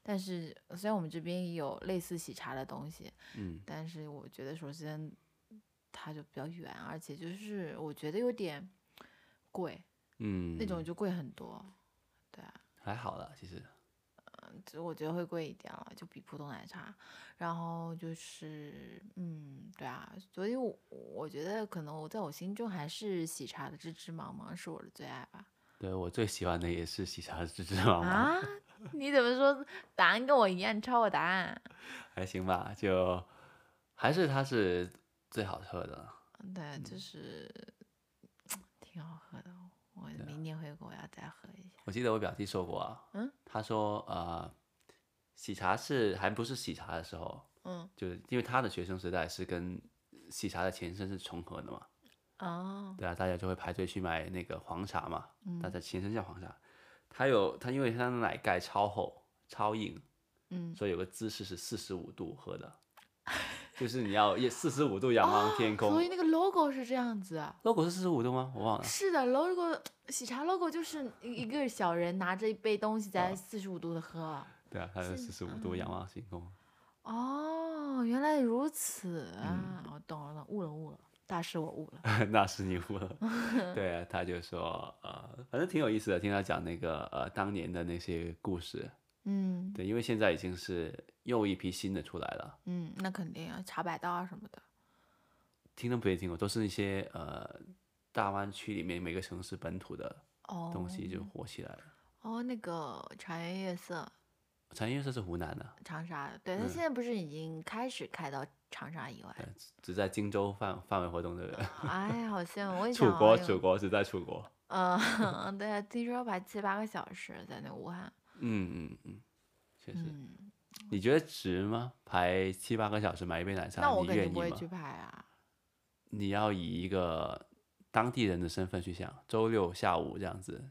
[SPEAKER 1] 但是虽然我们这边也有类似喜茶的东西，
[SPEAKER 2] 嗯，
[SPEAKER 1] 但是我觉得首先它就比较远，而且就是我觉得有点贵，
[SPEAKER 2] 嗯，
[SPEAKER 1] 那种就贵很多，对啊。
[SPEAKER 2] 还好了，其实
[SPEAKER 1] 就我觉得会贵一点啊了，就比普通奶茶。然后就是，嗯，对啊，所以我我觉得可能我在我心中还是喜茶的芝芝芒芒是我的最爱吧。
[SPEAKER 2] 对我最喜欢的也是喜茶的芝芝芒芒，
[SPEAKER 1] 啊？ *laughs* 你怎么说答案跟我一样？你抄我答案？
[SPEAKER 2] 还行吧，就还是它是最好喝的。
[SPEAKER 1] 对，
[SPEAKER 2] 嗯
[SPEAKER 1] 就是挺好喝的。我
[SPEAKER 2] 啊
[SPEAKER 1] 明年回国我要再喝一下。
[SPEAKER 2] 我记得我表弟说过啊，
[SPEAKER 1] 嗯，
[SPEAKER 2] 他说呃，喜茶是还不是喜茶的时候，
[SPEAKER 1] 嗯，
[SPEAKER 2] 就是因为他的学生时代是跟喜茶的前身是重合的嘛，
[SPEAKER 1] 哦，
[SPEAKER 2] 对啊，大家就会排队去买那个黄茶嘛，
[SPEAKER 1] 嗯
[SPEAKER 2] 大家前身叫黄茶，它有它因为它的奶盖超厚超硬，
[SPEAKER 1] 嗯，
[SPEAKER 2] 所以有个姿势是四十五度喝的， *laughs* 就是你要四十五度仰望天空。
[SPEAKER 1] 哦所以那个 logo 是这样子啊。
[SPEAKER 2] logo 是四十五度吗？我忘了。
[SPEAKER 1] 是的，logo 喜茶 logo 就是一个小人拿着一杯东西
[SPEAKER 2] 啊
[SPEAKER 1] 在四十五度的喝。
[SPEAKER 2] 对啊，它是四十五
[SPEAKER 1] 嗯
[SPEAKER 2] 度仰望星空。 *laughs*
[SPEAKER 1] 哦，原来如此
[SPEAKER 2] 嗯
[SPEAKER 1] 啊！我懂了，懂了悟了悟了，大师我悟了。
[SPEAKER 2] 那是你误了。 *laughs* 对啊，他就说呃，反正挺有意思的，听他讲那个呃当年的那些故事。
[SPEAKER 1] 嗯
[SPEAKER 2] 对，因为现在已经是又一批新的出来了，
[SPEAKER 1] 嗯，那肯定啊，茶百道啊什么的。
[SPEAKER 2] 听都不会听过，都是一些呃大湾区里面每个城市本土的
[SPEAKER 1] 哦，
[SPEAKER 2] 东西就火起来了。
[SPEAKER 1] 哦，那个茶颜悦色，
[SPEAKER 2] 茶颜悦色是湖南的，
[SPEAKER 1] 长沙的，
[SPEAKER 2] 嗯
[SPEAKER 1] 对，它现在不是已经开始开到长沙以外了？
[SPEAKER 2] 只在荆州范范围活动的人。 *laughs*
[SPEAKER 1] 哎呀，好羡慕！我以前
[SPEAKER 2] 楚
[SPEAKER 1] 好
[SPEAKER 2] 国，
[SPEAKER 1] 像
[SPEAKER 2] 楚
[SPEAKER 1] 有，
[SPEAKER 2] 国只在楚国。
[SPEAKER 1] 嗯， *laughs* 对啊，听说要排七八个小时在那武汉。
[SPEAKER 2] 嗯嗯嗯，确实。
[SPEAKER 1] 嗯，
[SPEAKER 2] 你觉得值吗？排七八个小时买一杯奶茶，
[SPEAKER 1] 那我
[SPEAKER 2] 你
[SPEAKER 1] 肯
[SPEAKER 2] 愿意
[SPEAKER 1] 定不会
[SPEAKER 2] 吗？
[SPEAKER 1] 去排啊。
[SPEAKER 2] 你要以一个当地人的身份去想，周六下午这样子，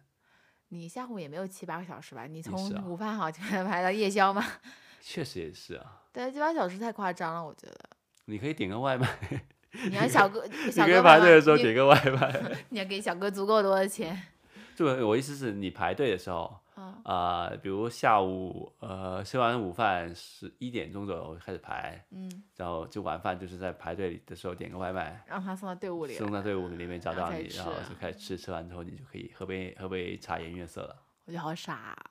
[SPEAKER 1] 你下午也没有七八个小时吧？你从
[SPEAKER 2] 是啊
[SPEAKER 1] 午饭好就 *laughs* 排到夜宵吗？
[SPEAKER 2] 确实也是啊。
[SPEAKER 1] 对，七八小时太夸张了，我觉得。
[SPEAKER 2] 你可以点个外卖，
[SPEAKER 1] 你让小
[SPEAKER 2] *laughs*
[SPEAKER 1] 哥，
[SPEAKER 2] 你
[SPEAKER 1] 小
[SPEAKER 2] 可
[SPEAKER 1] 哥
[SPEAKER 2] 以
[SPEAKER 1] 妈
[SPEAKER 2] 排
[SPEAKER 1] 妈
[SPEAKER 2] 队的时候
[SPEAKER 1] 你
[SPEAKER 2] 点个外卖。 *laughs*
[SPEAKER 1] 你要给小哥足够多的钱。
[SPEAKER 2] 对，我意思是你排队的时候，
[SPEAKER 1] 嗯
[SPEAKER 2] 啊、比如下午呃吃完午饭十一点钟左右开始排，
[SPEAKER 1] 嗯，
[SPEAKER 2] 然后就晚饭就是在排队的时候点个外卖，
[SPEAKER 1] 让他送到队伍里
[SPEAKER 2] 送
[SPEAKER 1] 来，
[SPEAKER 2] 到队伍里面找
[SPEAKER 1] 然后
[SPEAKER 2] 到
[SPEAKER 1] 再
[SPEAKER 2] 你，然后
[SPEAKER 1] 吃啊
[SPEAKER 2] 就开始吃，吃完之后你就可以喝杯喝杯茶颜悦色了
[SPEAKER 1] 我觉得好傻啊。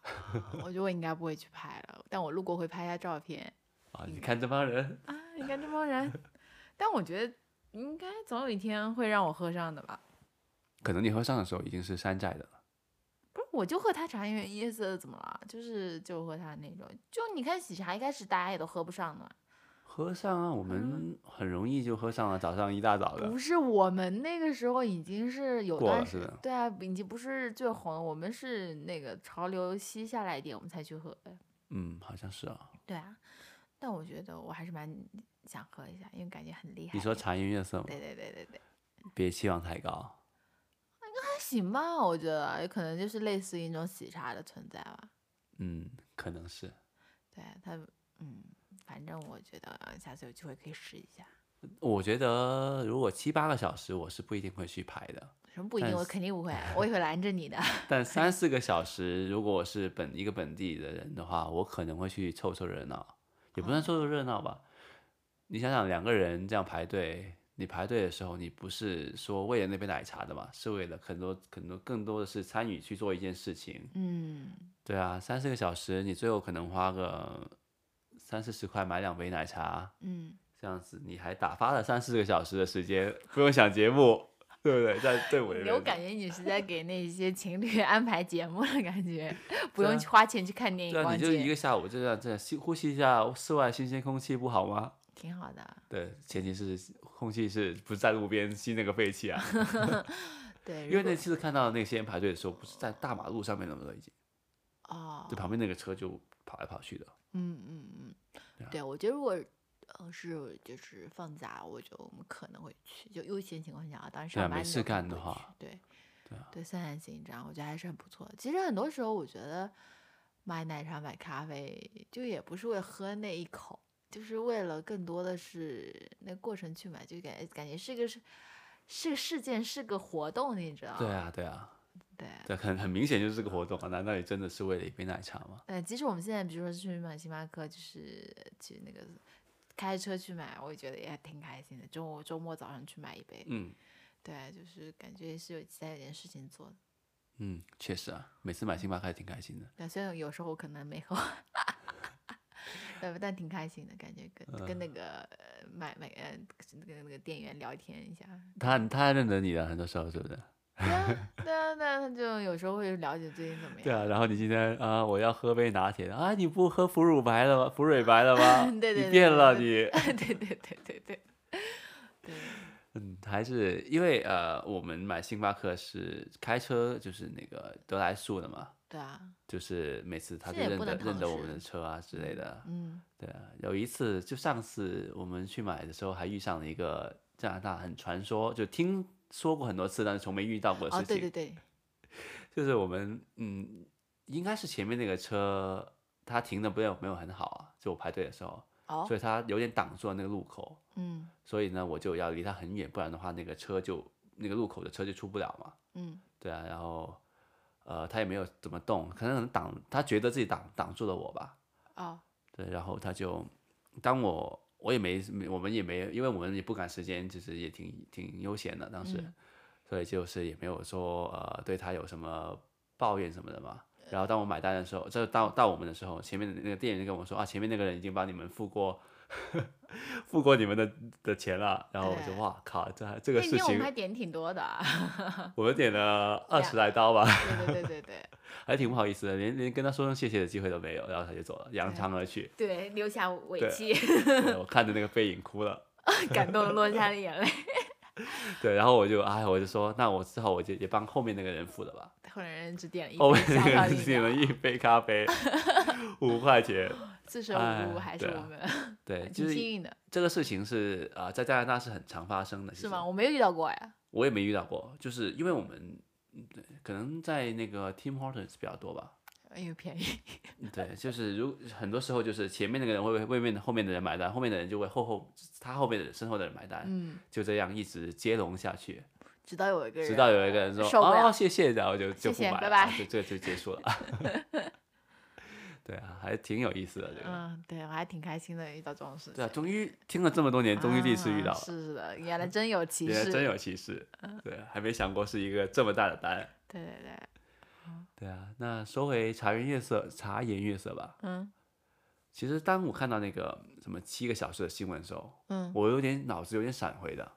[SPEAKER 1] 我觉得我应该不会去拍了，但我路过会拍一下照片
[SPEAKER 2] 啊！
[SPEAKER 1] 嗯
[SPEAKER 2] 你看这帮人，
[SPEAKER 1] 啊。你看这帮
[SPEAKER 2] *laughs*
[SPEAKER 1] 人，但我觉得应该总有一天会让我喝上的吧。
[SPEAKER 2] 可能你喝上的时候已经是山寨的了，
[SPEAKER 1] 不是，我就喝他茶颜悦色怎么了？就是就喝他那种，就你看喜茶一开始大家也都喝不上的嘛，
[SPEAKER 2] 喝上啊，我们很容易就喝上了，早上一大早的
[SPEAKER 1] 嗯不，是我们那个时候已经是有
[SPEAKER 2] 过
[SPEAKER 1] 段
[SPEAKER 2] 了
[SPEAKER 1] 时
[SPEAKER 2] 是的
[SPEAKER 1] 对啊，已经不是最红了，我们是那个潮流吸下来一点，我们才去喝的。
[SPEAKER 2] 嗯，好像是啊。
[SPEAKER 1] 对啊，但我觉得我还是蛮想喝一下，因为感觉很厉害。
[SPEAKER 2] 你说？茶颜悦色吗？
[SPEAKER 1] 对对对对对，
[SPEAKER 2] 别期望太高，
[SPEAKER 1] 还行吧，我觉得可能就是类似于一种喜茶的存在吧。
[SPEAKER 2] 嗯，可能是。
[SPEAKER 1] 对它，嗯，反正我觉得下次有机会可以试一下。
[SPEAKER 2] 我觉得如果七八个小时，我是不一定会去排的。
[SPEAKER 1] 什么不一
[SPEAKER 2] 但
[SPEAKER 1] 定？我
[SPEAKER 2] 是
[SPEAKER 1] 肯定不会，我也会拦着你的。 *laughs*
[SPEAKER 2] 但三四个小时，如果我是本一个本地的人的话，我可能会去凑凑热闹，也不算凑凑热闹吧。你想想，两个人这样排队，你排队的时候，你不是说为了那杯奶茶的嘛，是为了很多很多更多的是参与去做一件事情。
[SPEAKER 1] 嗯，
[SPEAKER 2] 对啊，三四个小时，你最后可能花个三四十块买两杯奶茶，
[SPEAKER 1] 嗯，
[SPEAKER 2] 这样子你还打发了三四个小时的时间，不用想节目，对不对？在队伍里面，
[SPEAKER 1] 我感觉你是
[SPEAKER 2] *laughs*
[SPEAKER 1] 在给那些情侣 *laughs* 安排节目的感觉，不
[SPEAKER 2] 对啊
[SPEAKER 1] 用去花钱去看电影
[SPEAKER 2] 对啊，
[SPEAKER 1] 逛
[SPEAKER 2] 你就一
[SPEAKER 1] 街，
[SPEAKER 2] 个下午就这样这样吸呼吸一下室外新鲜空气不好吗？
[SPEAKER 1] 挺好的。
[SPEAKER 2] 对，前提是空气是不是在路边吸那个废气
[SPEAKER 1] *laughs*
[SPEAKER 2] 啊？
[SPEAKER 1] 对，
[SPEAKER 2] 因为
[SPEAKER 1] 如果
[SPEAKER 2] 那次看到那些人排队的时候，不是在大马路上面了吗？都已经，
[SPEAKER 1] 哦，
[SPEAKER 2] 就旁边那个车就跑来跑去的。
[SPEAKER 1] 嗯嗯嗯，
[SPEAKER 2] 啊
[SPEAKER 1] 对，我觉得如果呃是就是放假，我觉得我们可能会去，就悠闲情况下啊，当然
[SPEAKER 2] 对啊
[SPEAKER 1] 上
[SPEAKER 2] 没
[SPEAKER 1] 班
[SPEAKER 2] 事
[SPEAKER 1] 的可能
[SPEAKER 2] 干
[SPEAKER 1] 不
[SPEAKER 2] 的
[SPEAKER 1] 会
[SPEAKER 2] 话啊
[SPEAKER 1] 去，对对散散心这样，我觉得还是很不错的。其实很多时候我觉得买奶茶买咖啡，就也不是为了喝那一口，就是为了更多的是那过程去买，就感感觉是个是是个事件，是个活动，你知道
[SPEAKER 2] 对
[SPEAKER 1] 吗？
[SPEAKER 2] 啊，对啊，
[SPEAKER 1] 对。
[SPEAKER 2] 对，很很明显就是这个活动啊！难道你真的是为了一杯奶茶吗？
[SPEAKER 1] 呃，即使我们现在比如说去买星巴克，就是去那个开车去买，我也觉得也挺开心的。周末周末早上去买一杯，
[SPEAKER 2] 嗯
[SPEAKER 1] 对，啊就是感觉是有其他有点事情做的。
[SPEAKER 2] 嗯，确实啊，每次买星巴克还挺开心的。
[SPEAKER 1] 对，虽然有时候我可能没喝， *laughs* 对，但挺开心的感觉跟，
[SPEAKER 2] 嗯
[SPEAKER 1] 跟那个呃买买呃跟那个店员聊天一下，
[SPEAKER 2] 他他还认得你的，啊很多时候是不是？
[SPEAKER 1] 对啊对啊对啊，就有时候会了解最近怎么样。
[SPEAKER 2] 对啊，然后你今天啊、我要喝杯拿铁啊，你不喝腐乳白了吗？腐乳白了吗？
[SPEAKER 1] *laughs* 对对
[SPEAKER 2] 你
[SPEAKER 1] 对
[SPEAKER 2] 变
[SPEAKER 1] 对
[SPEAKER 2] 了你
[SPEAKER 1] 对。 *laughs* 对对对对对对，
[SPEAKER 2] 嗯，还是因为呃，我们买星巴克是开车，就是那个德来速的嘛，
[SPEAKER 1] 对啊，
[SPEAKER 2] 就是每次他
[SPEAKER 1] 这
[SPEAKER 2] 就
[SPEAKER 1] 也
[SPEAKER 2] 认
[SPEAKER 1] 不
[SPEAKER 2] 得
[SPEAKER 1] 能
[SPEAKER 2] 认
[SPEAKER 1] 堂
[SPEAKER 2] 得我
[SPEAKER 1] 食
[SPEAKER 2] 们的车啊之类的。
[SPEAKER 1] 嗯
[SPEAKER 2] 对啊，有一次就上次我们去买的时候，还遇上了一个加拿大很传说，就听说过很多次，但是从没遇到过的
[SPEAKER 1] 哦
[SPEAKER 2] 事情。
[SPEAKER 1] 对对对，
[SPEAKER 2] 就是我们嗯，应该是前面那个车它停的没有没有很好啊，就我排队的时候，
[SPEAKER 1] 哦
[SPEAKER 2] 所以它有点挡住了那个路口，
[SPEAKER 1] 嗯
[SPEAKER 2] 所以呢，我就要离它很远，不然的话那个车就那个路口的车就出不了嘛。
[SPEAKER 1] 嗯
[SPEAKER 2] 对啊，然后呃，他也没有怎么动，可能挡他觉得自己挡挡住了我吧。
[SPEAKER 1] 哦
[SPEAKER 2] 对，然后他就当我我也没没我们也没，因为我们也不赶时间，其实也挺挺悠闲的当时，
[SPEAKER 1] 嗯
[SPEAKER 2] 所以就是也没有说呃对他有什么抱怨什么的嘛。然后当我买单的时候，这到到我们的时候，前面的那个店员就跟我说啊，前面那个人已经帮你们付过 *laughs* 付过你们的的钱了。然后我就
[SPEAKER 1] 哎
[SPEAKER 2] 哇靠，这还这个
[SPEAKER 1] 那
[SPEAKER 2] 事
[SPEAKER 1] 天我
[SPEAKER 2] 情
[SPEAKER 1] 们还点挺多
[SPEAKER 2] *laughs*
[SPEAKER 1] 的啊，
[SPEAKER 2] 我们点了二
[SPEAKER 1] 两
[SPEAKER 2] 十来刀吧。 *laughs*
[SPEAKER 1] 对对对对对。
[SPEAKER 2] 还挺不好意思的，连连跟他说声谢谢的机会都没有，然后他就走了，扬长而去
[SPEAKER 1] *laughs* 对，留下
[SPEAKER 2] 对
[SPEAKER 1] 尾气，
[SPEAKER 2] 对我看着那个背影哭了。
[SPEAKER 1] 感动地落下了眼泪。 *laughs*
[SPEAKER 2] 对，然后我就哎，我就说，那我只好我就也帮后面那个人付了吧。
[SPEAKER 1] 后来人只点了一
[SPEAKER 2] 后
[SPEAKER 1] 杯
[SPEAKER 2] 面那个
[SPEAKER 1] 小小
[SPEAKER 2] 人
[SPEAKER 1] 饮
[SPEAKER 2] 点了
[SPEAKER 1] 料
[SPEAKER 2] 一杯咖
[SPEAKER 1] *laughs*
[SPEAKER 2] 啡，五块钱。
[SPEAKER 1] 四舍五入
[SPEAKER 2] 哎
[SPEAKER 1] 还是
[SPEAKER 2] 对
[SPEAKER 1] 我
[SPEAKER 2] 啊
[SPEAKER 1] 们 *laughs*
[SPEAKER 2] 对，就
[SPEAKER 1] 挺
[SPEAKER 2] 是
[SPEAKER 1] 幸运的，
[SPEAKER 2] 这个事情是啊、呃在加拿大是很常发生的。其
[SPEAKER 1] 是
[SPEAKER 2] 实
[SPEAKER 1] 吗？我没有遇到过呀。
[SPEAKER 2] 我也没遇到过，就是因为我们嗯对可能在那个 Tim Hortons 比较多吧。嗯
[SPEAKER 1] 因为哎便宜，
[SPEAKER 2] 对，就是如很多时候就是前面那个人会为为面后面的人买单，后面的人就为后后他后面的人身后的人买单。
[SPEAKER 1] 嗯，
[SPEAKER 2] 就这样一直接龙下去，
[SPEAKER 1] 直到有一个人，
[SPEAKER 2] 直到有一个人说
[SPEAKER 1] 受不了
[SPEAKER 2] 哦谢谢，然后就就不
[SPEAKER 1] 谢谢
[SPEAKER 2] 买了，
[SPEAKER 1] 拜拜
[SPEAKER 2] 啊就这就结束了。 *laughs* 对啊，还挺有意思的这个。
[SPEAKER 1] 嗯，对我还挺开心的，遇到这种事
[SPEAKER 2] *laughs*
[SPEAKER 1] 情。
[SPEAKER 2] 对啊，终于听了这么多年，终于第一次遇到
[SPEAKER 1] 啊
[SPEAKER 2] 了，
[SPEAKER 1] 是是嗯的，原来真有其
[SPEAKER 2] *laughs* 原来
[SPEAKER 1] 事。
[SPEAKER 2] 真有其事。对，啊还没想过是一个这么大的答案。
[SPEAKER 1] 对对对，
[SPEAKER 2] 对啊，那说回茶颜悦色，茶颜悦色吧。
[SPEAKER 1] 嗯
[SPEAKER 2] 其实当我看到那个什么七个小时的新闻的时候，
[SPEAKER 1] 嗯，
[SPEAKER 2] 我有点脑子有点闪回的，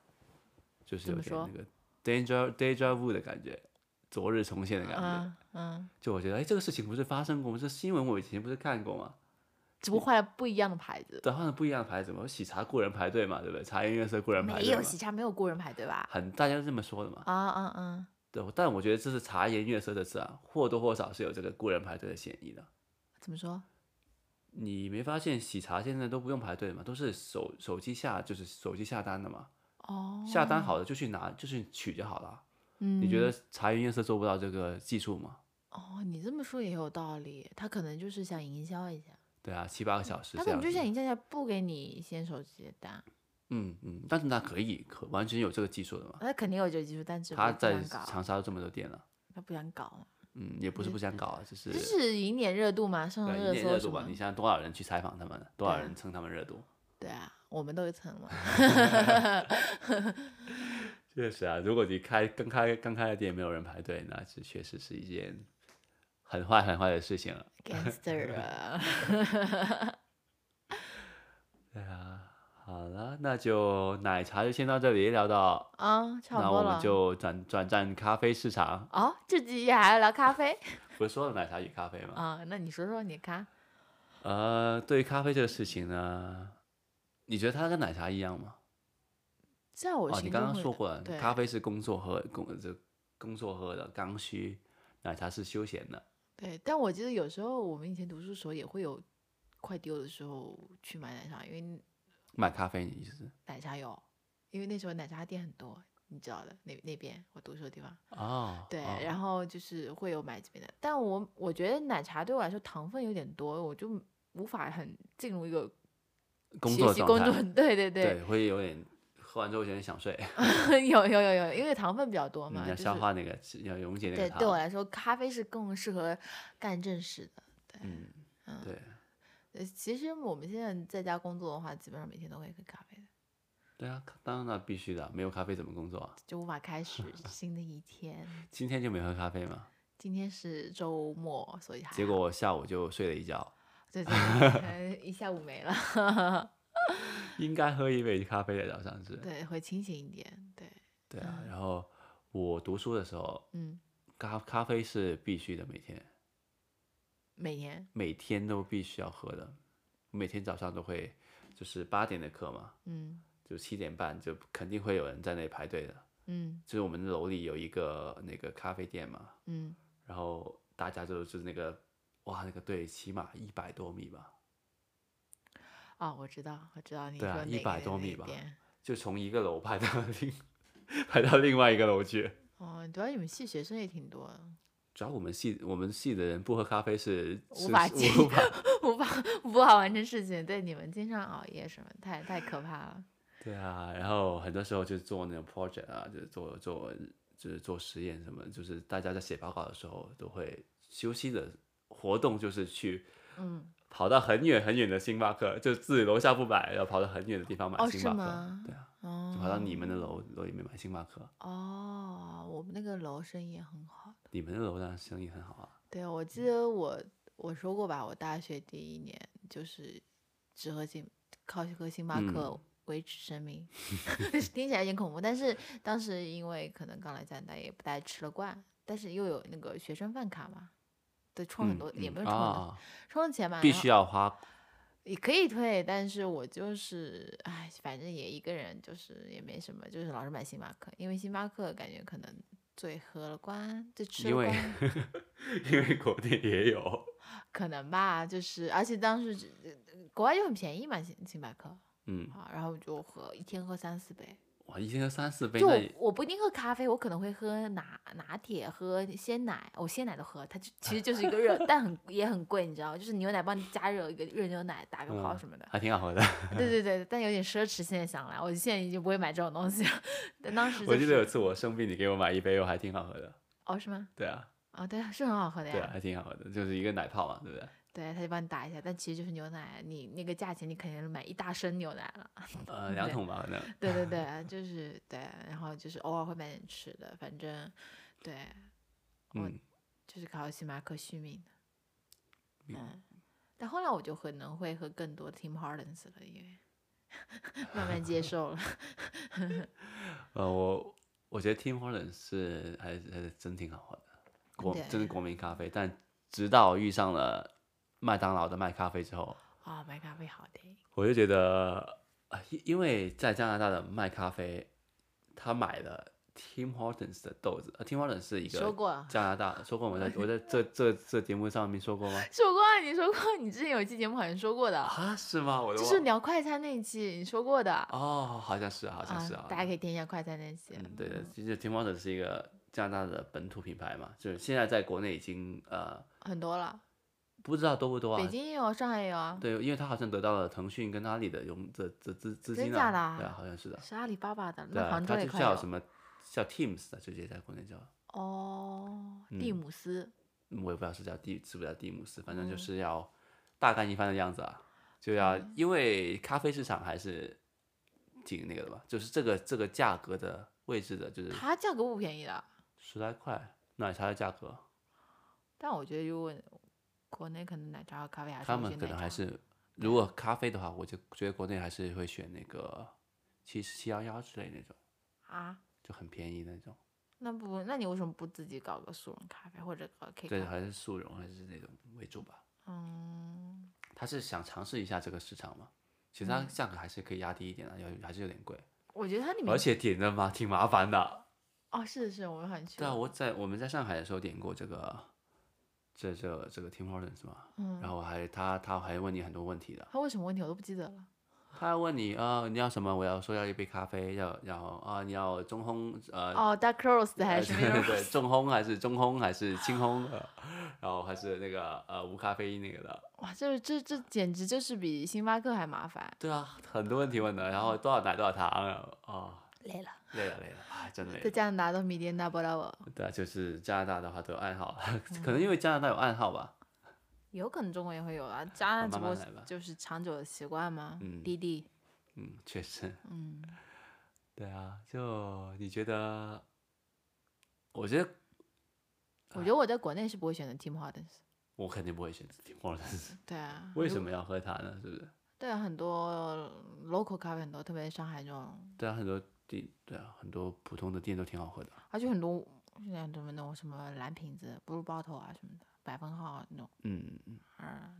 [SPEAKER 2] 就是
[SPEAKER 1] 怎
[SPEAKER 2] 有
[SPEAKER 1] 么
[SPEAKER 2] 点
[SPEAKER 1] 说
[SPEAKER 2] 那个 danger deja vu 的感觉，昨日重现的感觉。
[SPEAKER 1] 嗯嗯，
[SPEAKER 2] 就我觉得，哎，这个事情不是发生过吗？这新闻我以前不是看过吗？
[SPEAKER 1] 只不过换了不一样的牌子，
[SPEAKER 2] 转换了不一样的牌子嘛，喜茶雇人排队嘛，对不对？茶颜悦色雇人排
[SPEAKER 1] 没
[SPEAKER 2] 队
[SPEAKER 1] 有
[SPEAKER 2] 嘛，
[SPEAKER 1] 喜茶没有雇人排队吧？
[SPEAKER 2] 很大家都这么说的嘛。
[SPEAKER 1] 啊嗯嗯，
[SPEAKER 2] 对，但我觉得这是茶颜悦色的事啊，或多或少是有这个雇人排队的嫌疑的。
[SPEAKER 1] 怎么说？
[SPEAKER 2] 你没发现喜茶现在都不用排队嘛，都是手手机下就是手机下单的嘛，
[SPEAKER 1] 哦，
[SPEAKER 2] 下单好的就去拿就去取就好了。
[SPEAKER 1] 嗯，
[SPEAKER 2] 你觉得茶颜悦色做不到这个技术吗？
[SPEAKER 1] 哦，你这么说也有道理，他可能就是想营销一下，
[SPEAKER 2] 对啊，七八个小时
[SPEAKER 1] 他
[SPEAKER 2] 这
[SPEAKER 1] 可
[SPEAKER 2] 样
[SPEAKER 1] 能
[SPEAKER 2] 子
[SPEAKER 1] 就。想营销一下，不给你先手接单，
[SPEAKER 2] 嗯嗯，但是它可以可完全有这个技术的嘛。
[SPEAKER 1] 他肯定有嗯这个技术，但只不
[SPEAKER 2] 他
[SPEAKER 1] 过不
[SPEAKER 2] 在
[SPEAKER 1] 想搞，
[SPEAKER 2] 长沙都这么多店了，
[SPEAKER 1] 他不想搞嘛，
[SPEAKER 2] 嗯，也不是
[SPEAKER 1] 嗯
[SPEAKER 2] 不想搞啊，就是
[SPEAKER 1] 就就是赢点热度嘛，上上
[SPEAKER 2] 对一
[SPEAKER 1] 热
[SPEAKER 2] 点
[SPEAKER 1] 搜
[SPEAKER 2] 热
[SPEAKER 1] 什
[SPEAKER 2] 度吧
[SPEAKER 1] 么。。
[SPEAKER 2] 你像多少人去采访他们呢？多
[SPEAKER 1] 对
[SPEAKER 2] 少
[SPEAKER 1] 啊
[SPEAKER 2] 人蹭他们热度？
[SPEAKER 1] 对啊，我们都
[SPEAKER 2] *laughs*
[SPEAKER 1] 有蹭了。
[SPEAKER 2] 确实啊，如果你开刚开刚开的店没有人排队，那是确实是一件很坏很坏的事情了。 *laughs*
[SPEAKER 1] gangster 啊，
[SPEAKER 2] 对啊，好了，那就奶茶就先到这里聊到，
[SPEAKER 1] 啊，差不
[SPEAKER 2] 那
[SPEAKER 1] 多
[SPEAKER 2] 我
[SPEAKER 1] 了
[SPEAKER 2] 们。就转转战咖啡市场。
[SPEAKER 1] 哦，这集还要聊咖啡
[SPEAKER 2] 不是说了奶茶与咖啡吗？
[SPEAKER 1] 啊、那你说说你咖
[SPEAKER 2] 呃，对于咖啡这个事情呢，你觉得它跟奶茶一样吗？
[SPEAKER 1] 在我
[SPEAKER 2] 哦，
[SPEAKER 1] 心
[SPEAKER 2] 你
[SPEAKER 1] 中、
[SPEAKER 2] 刚刚说，过了，
[SPEAKER 1] 对
[SPEAKER 2] 咖啡是工作喝工这工作喝的刚需，奶茶是休闲的。
[SPEAKER 1] 对，但我记得有时候我们以前读书时候也会有快丢的时候去买奶茶，因为
[SPEAKER 2] 买咖啡，你意思是？
[SPEAKER 1] 奶茶有，因为那时候奶茶店很多，你知道的，那那边我读书的地方，
[SPEAKER 2] 哦，
[SPEAKER 1] 对，
[SPEAKER 2] 哦
[SPEAKER 1] 然后就是会有买这边的，但我我觉得奶茶对我来说糖分有点多，我就无法很进入一个
[SPEAKER 2] 工
[SPEAKER 1] 学
[SPEAKER 2] 作
[SPEAKER 1] 习
[SPEAKER 2] 状
[SPEAKER 1] 工
[SPEAKER 2] 态
[SPEAKER 1] 作， *laughs* 对对
[SPEAKER 2] 对，会有点喝完之后有点想睡，
[SPEAKER 1] *laughs* 有有有有，因为糖分比较多
[SPEAKER 2] 你
[SPEAKER 1] 嘛，
[SPEAKER 2] 嗯要
[SPEAKER 1] 就
[SPEAKER 2] 消
[SPEAKER 1] 是
[SPEAKER 2] 化那个，要溶解那个
[SPEAKER 1] 对，对我
[SPEAKER 2] 糖。
[SPEAKER 1] 来说，咖啡是更适合干正事的。
[SPEAKER 2] 嗯，
[SPEAKER 1] 嗯，
[SPEAKER 2] 对，
[SPEAKER 1] 呃。其实我们现在在家工作的话，基本上每天都会喝咖啡的，
[SPEAKER 2] 对啊，当然了，必须的，没有咖啡怎么工作啊？
[SPEAKER 1] 就无法开
[SPEAKER 2] *laughs*
[SPEAKER 1] 始新的一天。
[SPEAKER 2] 今天就没喝咖啡嘛，
[SPEAKER 1] 今天是周末，所以还
[SPEAKER 2] 结
[SPEAKER 1] 好
[SPEAKER 2] 果我下午就睡了一觉，
[SPEAKER 1] 对对对呃， *laughs* 一下午没了，
[SPEAKER 2] 应该喝一杯咖啡的，早上是。
[SPEAKER 1] 对，嗯会清醒一点。对，
[SPEAKER 2] 对啊，然后我读书的时候，
[SPEAKER 1] 嗯，
[SPEAKER 2] 咖咖啡是必须的，每天。
[SPEAKER 1] 每年，
[SPEAKER 2] 每天都必须要喝的，每天早上都会，就是八点的课嘛，
[SPEAKER 1] 嗯
[SPEAKER 2] 就七点半就肯定会有人在那里排队的。
[SPEAKER 1] 嗯
[SPEAKER 2] 就是我们楼里有一个那个咖啡店嘛，
[SPEAKER 1] 嗯，
[SPEAKER 2] 然后大家就是那个，哇，那个队起码一百多米吧，
[SPEAKER 1] 哦，我知道，我知道你
[SPEAKER 2] 对
[SPEAKER 1] 说
[SPEAKER 2] 啊
[SPEAKER 1] 哪
[SPEAKER 2] 100
[SPEAKER 1] 个
[SPEAKER 2] 多
[SPEAKER 1] 哪
[SPEAKER 2] 米
[SPEAKER 1] 个
[SPEAKER 2] 吧
[SPEAKER 1] 店
[SPEAKER 2] 就从一个楼排到另 *laughs* 排到另外一个楼去。
[SPEAKER 1] 哦，主要你们系学生也挺多的，
[SPEAKER 2] 主要我们系我们系的人不喝咖啡是
[SPEAKER 1] 无
[SPEAKER 2] 是
[SPEAKER 1] 法
[SPEAKER 2] 是
[SPEAKER 1] 进
[SPEAKER 2] 无法
[SPEAKER 1] *laughs* 无法无法完成事情。对，你们经常熬夜什么，太太可怕了。
[SPEAKER 2] 对啊，然后很多时候就做那种 project 啊，就是做做就是做实验什么，就是大家在写报告的时候都会休息的活动，就是去
[SPEAKER 1] 嗯，
[SPEAKER 2] 跑到很远很远的星巴克，就自己楼下不买，然后跑到很远的地方买
[SPEAKER 1] 哦
[SPEAKER 2] 星
[SPEAKER 1] 是
[SPEAKER 2] 巴克，
[SPEAKER 1] 吗
[SPEAKER 2] 对啊，
[SPEAKER 1] 哦
[SPEAKER 2] 就，跑到你们的楼楼里面买星巴克，
[SPEAKER 1] 哦，我们那个楼生意也很好。
[SPEAKER 2] 你们的楼当然生意很好啊，
[SPEAKER 1] 对，我记得我我说过吧，我大学第一年就是只喝星，靠喝星巴
[SPEAKER 2] 嗯
[SPEAKER 1] 克维持生
[SPEAKER 2] *laughs*
[SPEAKER 1] 命，听起来有点恐怖。但是当时因为可能刚来加拿大，也不太吃了惯，但是又有那个学生饭卡嘛，对，充很
[SPEAKER 2] 嗯
[SPEAKER 1] 多、也
[SPEAKER 2] 嗯
[SPEAKER 1] 没有充很多，
[SPEAKER 2] 啊，
[SPEAKER 1] 充了钱嘛，
[SPEAKER 2] 必
[SPEAKER 1] 然后
[SPEAKER 2] 须要花，
[SPEAKER 1] 也可以退，但是我就是，哎，反正也一个人，就是也没什么，就是老是买星巴克，因为星巴克感觉可能最喝了关，最嗯吃了
[SPEAKER 2] 因为
[SPEAKER 1] 关，
[SPEAKER 2] *laughs* 因为国内也有，
[SPEAKER 1] 可能吧，就是而且当时只呃国外就很便宜嘛，星星巴克
[SPEAKER 2] 嗯，
[SPEAKER 1] 啊，然后就喝一天喝三四杯，
[SPEAKER 2] 哇，一天喝三四杯，
[SPEAKER 1] 就
[SPEAKER 2] 那
[SPEAKER 1] 我
[SPEAKER 2] 也
[SPEAKER 1] 我不一定喝咖啡，我可能会喝拿拿铁，喝鲜奶，我、鲜奶都喝，它就其实就是一
[SPEAKER 2] *laughs*
[SPEAKER 1] 个热，但很也很贵，你知道吗？就是牛奶帮你加热一个热牛奶，打个泡
[SPEAKER 2] 嗯
[SPEAKER 1] 什么的。 *laughs*
[SPEAKER 2] 还挺好喝的。
[SPEAKER 1] 对对对，但有点奢侈。现在想来，我现在已经不会买这种东西了。但当时、就是、
[SPEAKER 2] 我记得有次我生病，你给我买一杯，我还挺好喝的。
[SPEAKER 1] 哦，是吗？
[SPEAKER 2] 对啊，
[SPEAKER 1] 哦，对，是很好喝的
[SPEAKER 2] 对啊，
[SPEAKER 1] 呀。
[SPEAKER 2] 还挺好喝的，就是一个奶泡嘛，对不对？
[SPEAKER 1] 对，他就帮你打一下，但其实就是牛奶，你那个价钱你肯定是买一大升牛奶了。
[SPEAKER 2] 呃，两
[SPEAKER 1] 对
[SPEAKER 2] 桶吧，可能。
[SPEAKER 1] 对对对，就是对，然后就是偶尔会买点吃的，反正对，我
[SPEAKER 2] 嗯，
[SPEAKER 1] 就是靠星巴克续命的。
[SPEAKER 2] 明白
[SPEAKER 1] 嗯，但后来我就可能会喝更多 Tim Hortons 了，因 *laughs* 为慢慢接受 *laughs* 了。
[SPEAKER 2] 呃，我我觉得 Tim Hortons 是还是还是真挺好喝的，国
[SPEAKER 1] 对
[SPEAKER 2] 真是国民咖啡。但直到遇上了麦当劳的卖咖啡之后，
[SPEAKER 1] 哦，买咖啡好的。
[SPEAKER 2] 我就觉得，呃因因为在加拿大的卖咖啡，他买了 Tim Hortons 的豆子，呃，Tim Hortons 是一个
[SPEAKER 1] 说过
[SPEAKER 2] 加拿大，说过我在我在
[SPEAKER 1] *laughs*
[SPEAKER 2] 这这这节目上面说过吗？
[SPEAKER 1] 说过啊，你说过，你之前有一期节目好像说过的，
[SPEAKER 2] 啊，是吗？我都
[SPEAKER 1] 就
[SPEAKER 2] 忘
[SPEAKER 1] 是
[SPEAKER 2] 了
[SPEAKER 1] 聊快餐那一期，你说过的。
[SPEAKER 2] 哦，好像是，好像是
[SPEAKER 1] 啊，大家可以听一下快餐那期。
[SPEAKER 2] 嗯，对的，其实 Tim Hortons 是一个加拿大的本土品牌嘛，就是现在在国内已经呃
[SPEAKER 1] 很多了，
[SPEAKER 2] 不知道多不多
[SPEAKER 1] 北
[SPEAKER 2] 啊。
[SPEAKER 1] 京也有，上海也有啊，
[SPEAKER 2] 对，因为它好像得到了腾讯跟阿里的融资资资资
[SPEAKER 1] 真
[SPEAKER 2] 金
[SPEAKER 1] 假
[SPEAKER 2] 啊
[SPEAKER 1] 啦
[SPEAKER 2] 对啊，好像是的。
[SPEAKER 1] 是阿里巴巴的，
[SPEAKER 2] 对
[SPEAKER 1] 那
[SPEAKER 2] 啊，
[SPEAKER 1] 杭州
[SPEAKER 2] 它
[SPEAKER 1] 也
[SPEAKER 2] 就
[SPEAKER 1] 快
[SPEAKER 2] 叫什
[SPEAKER 1] 有。
[SPEAKER 2] 么叫 Teams 的，直接在国内叫，
[SPEAKER 1] 哦，蒂
[SPEAKER 2] 嗯
[SPEAKER 1] 姆斯，
[SPEAKER 2] 嗯我也不知道是叫蒂是不是叫蒂姆斯，反正就
[SPEAKER 1] 嗯
[SPEAKER 2] 是要大干一番的样子啊，就要
[SPEAKER 1] 嗯
[SPEAKER 2] 因为咖啡市场还是挺那个的吧，就是这个这个价格的位置的，就是
[SPEAKER 1] 它价格不便宜的，
[SPEAKER 2] 十来块奶茶的价格，
[SPEAKER 1] 但我觉得如果国内可能奶茶和咖啡还是
[SPEAKER 2] 他
[SPEAKER 1] 会
[SPEAKER 2] 们
[SPEAKER 1] 选
[SPEAKER 2] 可
[SPEAKER 1] 奶
[SPEAKER 2] 能还
[SPEAKER 1] 茶
[SPEAKER 2] 是，如果咖啡的话，我就觉得国内还是会选那个七七幺幺之类那种，
[SPEAKER 1] 啊，
[SPEAKER 2] 就很便宜那种。
[SPEAKER 1] 那不，那你为什么不自己搞个速溶咖啡或者搞个 K
[SPEAKER 2] 对，
[SPEAKER 1] 咖啡？
[SPEAKER 2] 还是速溶还是那种为主吧。
[SPEAKER 1] 嗯，
[SPEAKER 2] 他是想尝试一下这个市场嘛，其实它价格还是可以压低一点的，有还是有点贵，
[SPEAKER 1] 我觉得它里面
[SPEAKER 2] 而且点的嘛挺麻烦的。
[SPEAKER 1] 哦，是的是的，我们好像去
[SPEAKER 2] 对啊，
[SPEAKER 1] 过，
[SPEAKER 2] 我在我们在上海的时候点过这个，这这这个 Tim Hortons 嘛，然
[SPEAKER 1] 嗯，
[SPEAKER 2] 后还他他还问你很多问题的。
[SPEAKER 1] 它为什么问题我都不记得了。
[SPEAKER 2] 他还问你啊、你要什么？我要说要一杯咖啡，要然后啊，你要中烘呃
[SPEAKER 1] 哦，Dark Roast 还
[SPEAKER 2] 呃
[SPEAKER 1] 是
[SPEAKER 2] 对
[SPEAKER 1] 那种
[SPEAKER 2] 对对，重烘还是中烘还是轻烘，呃然后还是那个呃无咖啡因那个的，
[SPEAKER 1] 哇，这这这简直就是比星巴克还麻烦，
[SPEAKER 2] 对啊，很多问题问的，然后多少奶多少糖啊、哦
[SPEAKER 1] *laughs* 累了。
[SPEAKER 2] 累了累了，哎，真累
[SPEAKER 1] 在
[SPEAKER 2] 了。
[SPEAKER 1] 加拿大都迷恋大波拉沃，
[SPEAKER 2] 对啊，就是加拿大的话都有暗号， *laughs*
[SPEAKER 1] 嗯
[SPEAKER 2] 可能因为加拿大有暗号吧，
[SPEAKER 1] 有可能中国也会有啊。加拿大只
[SPEAKER 2] 慢
[SPEAKER 1] 不过
[SPEAKER 2] 慢
[SPEAKER 1] 是
[SPEAKER 2] 来吧
[SPEAKER 1] 就是长久的习惯嘛。
[SPEAKER 2] 嗯
[SPEAKER 1] 滴滴，
[SPEAKER 2] 嗯，确实，
[SPEAKER 1] 嗯，
[SPEAKER 2] 对啊，就你觉得，我觉得
[SPEAKER 1] 我觉得我在国内是不会选择 Tim Hortons。
[SPEAKER 2] 我肯定不会选择 Tim
[SPEAKER 1] *laughs*
[SPEAKER 2] Hortons，
[SPEAKER 1] 对啊，
[SPEAKER 2] 为什
[SPEAKER 1] 如？
[SPEAKER 2] 么要喝它呢？是不是？
[SPEAKER 1] 对啊，很多 local 咖啡很多，特别上海这种，
[SPEAKER 2] 对啊，很多店，对啊，很多普通的店都挺好喝的。
[SPEAKER 1] 而且很多像什么那种什么蓝瓶子、布鲁包头啊什么的，百分号啊那种。
[SPEAKER 2] 嗯，
[SPEAKER 1] 嗯，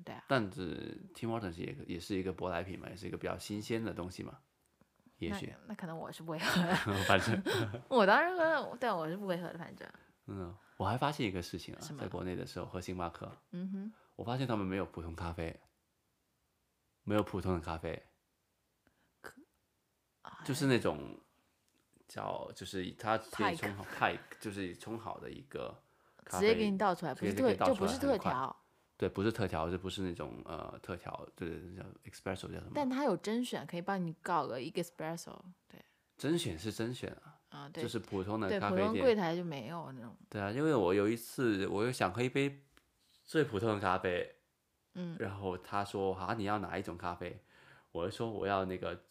[SPEAKER 1] 对啊，
[SPEAKER 2] 但是 Tim Hortons 也也是一个舶来品嘛，也是一个比较新鲜的东西嘛，也
[SPEAKER 1] 那
[SPEAKER 2] 许， *laughs*
[SPEAKER 1] 那可能我是不会喝的，
[SPEAKER 2] 反正，
[SPEAKER 1] 我当然喝，对啊，我是不会喝的，反正。
[SPEAKER 2] 嗯，我还发现一个事情啊
[SPEAKER 1] 什，么
[SPEAKER 2] 在国内的时候喝星巴克，
[SPEAKER 1] 嗯哼。
[SPEAKER 2] 我发现他们没有普通咖啡，没有普通的咖啡，啊就是那种叫就是它直
[SPEAKER 1] 哎派
[SPEAKER 2] 接冲好派，就是冲好的一个咖
[SPEAKER 1] 直接
[SPEAKER 2] 啡
[SPEAKER 1] 给你倒出来，不
[SPEAKER 2] 直
[SPEAKER 1] 是
[SPEAKER 2] 接就可
[SPEAKER 1] 特
[SPEAKER 2] 以倒
[SPEAKER 1] 就
[SPEAKER 2] 出
[SPEAKER 1] 不
[SPEAKER 2] 来
[SPEAKER 1] 是
[SPEAKER 2] 很
[SPEAKER 1] 特
[SPEAKER 2] 快
[SPEAKER 1] 调，
[SPEAKER 2] 对，不是特调，这不是那种呃特调，对对对，叫 espresso 叫什么？
[SPEAKER 1] 但它有甄选，可以帮你搞个 espresso。对，
[SPEAKER 2] 甄选是甄选啊，
[SPEAKER 1] 啊对，
[SPEAKER 2] 就是普通的
[SPEAKER 1] 对
[SPEAKER 2] 咖
[SPEAKER 1] 普
[SPEAKER 2] 啡
[SPEAKER 1] 通柜
[SPEAKER 2] 店。
[SPEAKER 1] 台就没有那种。
[SPEAKER 2] 对啊，因为我有一次我又想喝一杯最普通的咖啡，
[SPEAKER 1] 嗯，
[SPEAKER 2] 然后他说啊你要哪一种咖啡？我就说我要那个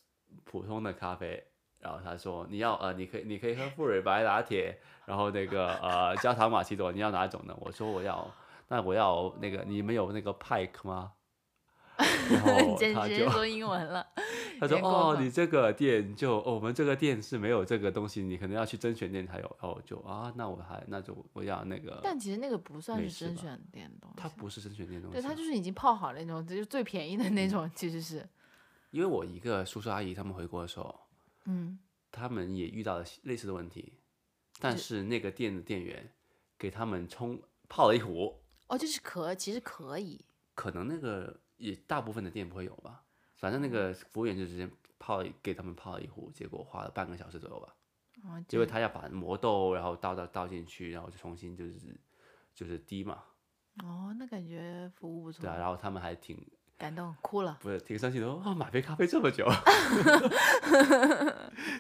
[SPEAKER 2] 普通的咖啡。然后他说你要呃，你可以你可以喝馥芮白拿铁，然后那个呃焦糖玛奇朵，你要哪种呢？我说我要，那我要那个你们有那个 Pike 吗？然后
[SPEAKER 1] *laughs* 简
[SPEAKER 2] 他
[SPEAKER 1] 直
[SPEAKER 2] 就
[SPEAKER 1] 接说英文
[SPEAKER 2] *laughs*
[SPEAKER 1] 了。
[SPEAKER 2] 他说：“
[SPEAKER 1] 员工
[SPEAKER 2] 哦，
[SPEAKER 1] 嘛
[SPEAKER 2] 你这个店就、哦我们这个店是没有这个东西，你可能要去甄选店才有。”然后我就啊，那我还那就我要那个，
[SPEAKER 1] 但其实那个不算
[SPEAKER 2] 美式
[SPEAKER 1] 是甄
[SPEAKER 2] 吧
[SPEAKER 1] 选店的东西，
[SPEAKER 2] 它不是甄选店的东西。嗯
[SPEAKER 1] 对，它就是已经泡好了那种，就是最便宜的那种，其实是，
[SPEAKER 2] 因为我一个叔叔阿姨他们回国的时候，
[SPEAKER 1] 嗯，
[SPEAKER 2] 他们也遇到了类似的问题，但
[SPEAKER 1] 就是
[SPEAKER 2] 那个店的店员给他们冲泡了一壶，
[SPEAKER 1] 哦，就是可其实可以，
[SPEAKER 2] 可能那个也大部分的店不会有吧，反
[SPEAKER 1] 嗯
[SPEAKER 2] 正那个服务员就直接泡了一给他们泡了一壶，结果花了半个小时左右吧。
[SPEAKER 1] 啊，
[SPEAKER 2] 因为
[SPEAKER 1] 就
[SPEAKER 2] 他要把磨豆，然后倒倒倒进去，然后就重新就是就是滴嘛，
[SPEAKER 1] 哦，那感觉服务不错，
[SPEAKER 2] 对啊，然后他们还挺
[SPEAKER 1] 感动哭了。
[SPEAKER 2] 不是挺生气的，哦，买杯咖啡这么久， *laughs*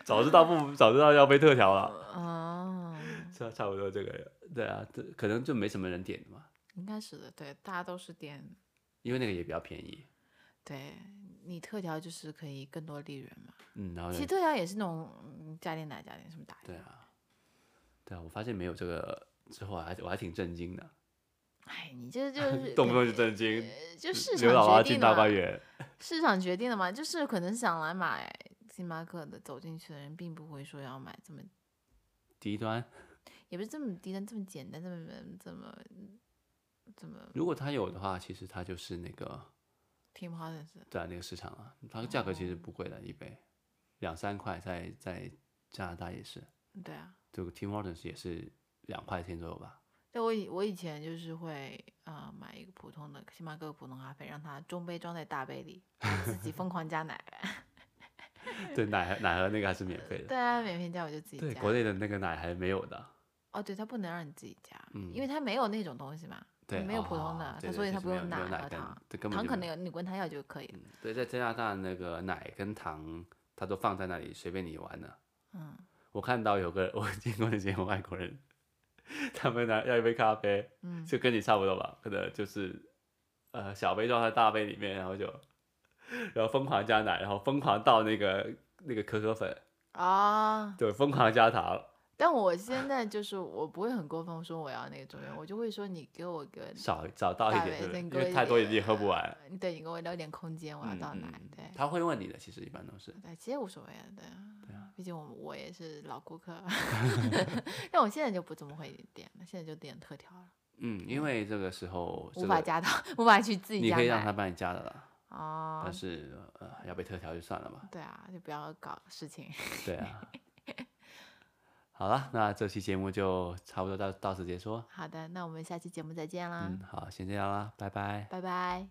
[SPEAKER 2] 早知道不早知道要杯特调了，
[SPEAKER 1] 哦，
[SPEAKER 2] 差差不多这个，对啊，这可能就没什么人点的嘛，
[SPEAKER 1] 应该是的，对，大家都是点，
[SPEAKER 2] 因为那个也比较便宜，
[SPEAKER 1] 对你特调就是可以更多利润嘛。
[SPEAKER 2] 嗯，然后
[SPEAKER 1] 其实
[SPEAKER 2] 人
[SPEAKER 1] 特调也是那种嗯加点奶加点什么打一
[SPEAKER 2] 对
[SPEAKER 1] 点，
[SPEAKER 2] 啊，对啊，我发现没有这个之后，啊还我还挺震惊的，
[SPEAKER 1] 哎，你
[SPEAKER 2] *laughs*
[SPEAKER 1] 这就是
[SPEAKER 2] 动不
[SPEAKER 1] 可
[SPEAKER 2] 动就震惊，
[SPEAKER 1] 就呃市
[SPEAKER 2] 刘姥
[SPEAKER 1] 场
[SPEAKER 2] 姥
[SPEAKER 1] 决定
[SPEAKER 2] 进
[SPEAKER 1] 的
[SPEAKER 2] 大观
[SPEAKER 1] 嘛，
[SPEAKER 2] 园，
[SPEAKER 1] 市场决定的嘛，就是可能想来买星巴克的走进去的人，并不会说要买这么，
[SPEAKER 2] 低端。
[SPEAKER 1] 也不是这么低端，这么简单，这么这么这么
[SPEAKER 2] 如果它有的话，其实它就是那个
[SPEAKER 1] Tim Hortons
[SPEAKER 2] 对啊，那个市场啊，它的价格其实不贵的，一杯两三块在，在加拿大也是，
[SPEAKER 1] 对啊，
[SPEAKER 2] 这个 Tim Hortons 也是两块钱左右吧。
[SPEAKER 1] 对我以我以前就是会啊、呃买一个普通的星巴克普通咖啡，让它中杯装在大杯
[SPEAKER 2] *laughs*
[SPEAKER 1] 里，自己疯狂加奶。
[SPEAKER 2] 对，奶和奶和那个还是免费的。
[SPEAKER 1] 对啊，免费加我就自己
[SPEAKER 2] 对，
[SPEAKER 1] 加
[SPEAKER 2] 国。内的那个奶还没有的。
[SPEAKER 1] 哦，对，它不能让你自己加，
[SPEAKER 2] 嗯
[SPEAKER 1] 因为它没有那种东西嘛，
[SPEAKER 2] 对，
[SPEAKER 1] 没有
[SPEAKER 2] 哦
[SPEAKER 1] 普通的，
[SPEAKER 2] 对
[SPEAKER 1] 它
[SPEAKER 2] 对
[SPEAKER 1] 所以
[SPEAKER 2] 就
[SPEAKER 1] 它
[SPEAKER 2] 是
[SPEAKER 1] 不
[SPEAKER 2] 没
[SPEAKER 1] 用
[SPEAKER 2] 有没有
[SPEAKER 1] 奶
[SPEAKER 2] 奶
[SPEAKER 1] 和
[SPEAKER 2] 跟
[SPEAKER 1] 糖，
[SPEAKER 2] 对，根本
[SPEAKER 1] 糖
[SPEAKER 2] 就
[SPEAKER 1] 可
[SPEAKER 2] 没
[SPEAKER 1] 能有你问他要就可以了。
[SPEAKER 2] 对，在加拿大那个奶跟糖，它都放在那里随便你玩的。
[SPEAKER 1] 嗯，
[SPEAKER 2] 我看到有个 *laughs* 我见过那些外国人，他们拿要一杯咖啡，
[SPEAKER 1] 嗯
[SPEAKER 2] 就跟你差不多吧，可能就是呃小杯装在大杯里面，然后就然后疯狂加奶，然后疯狂倒那个那个可可粉，
[SPEAKER 1] 啊，
[SPEAKER 2] 对，疯狂加糖，
[SPEAKER 1] 但我现在就是我不会很过分说我要那个中杯，我就会说你给我个
[SPEAKER 2] 少少倒一
[SPEAKER 1] 大
[SPEAKER 2] 点，对
[SPEAKER 1] 杯
[SPEAKER 2] 不对？因
[SPEAKER 1] 再给我
[SPEAKER 2] 为
[SPEAKER 1] 一
[SPEAKER 2] 太多
[SPEAKER 1] 点
[SPEAKER 2] 你也喝不完。
[SPEAKER 1] 呃对，你给我留点空间，我要
[SPEAKER 2] 嗯
[SPEAKER 1] 倒奶。
[SPEAKER 2] 嗯
[SPEAKER 1] 对，
[SPEAKER 2] 他会问你的，其实一般都是
[SPEAKER 1] 对，其实无所谓了，对啊，毕竟我我也是老顾
[SPEAKER 2] *laughs*
[SPEAKER 1] 客，但我现在就不怎么会点了，现在就点特调了，
[SPEAKER 2] 嗯，因为这个时候这
[SPEAKER 1] 无法
[SPEAKER 2] 个
[SPEAKER 1] 加到，无法去自己
[SPEAKER 2] 你
[SPEAKER 1] 加
[SPEAKER 2] 可以让他
[SPEAKER 1] 奶
[SPEAKER 2] 帮你加的啦，
[SPEAKER 1] 啊
[SPEAKER 2] 但。是呃要被特调就算了吧，
[SPEAKER 1] 对啊，就不要搞事情。 *laughs*
[SPEAKER 2] 对啊。好了，那这期节目就差不多到到此结束。哦嗯
[SPEAKER 1] 好的，那我们下期节目再见啦，
[SPEAKER 2] 嗯，好，先这样啦，拜拜。
[SPEAKER 1] 拜拜。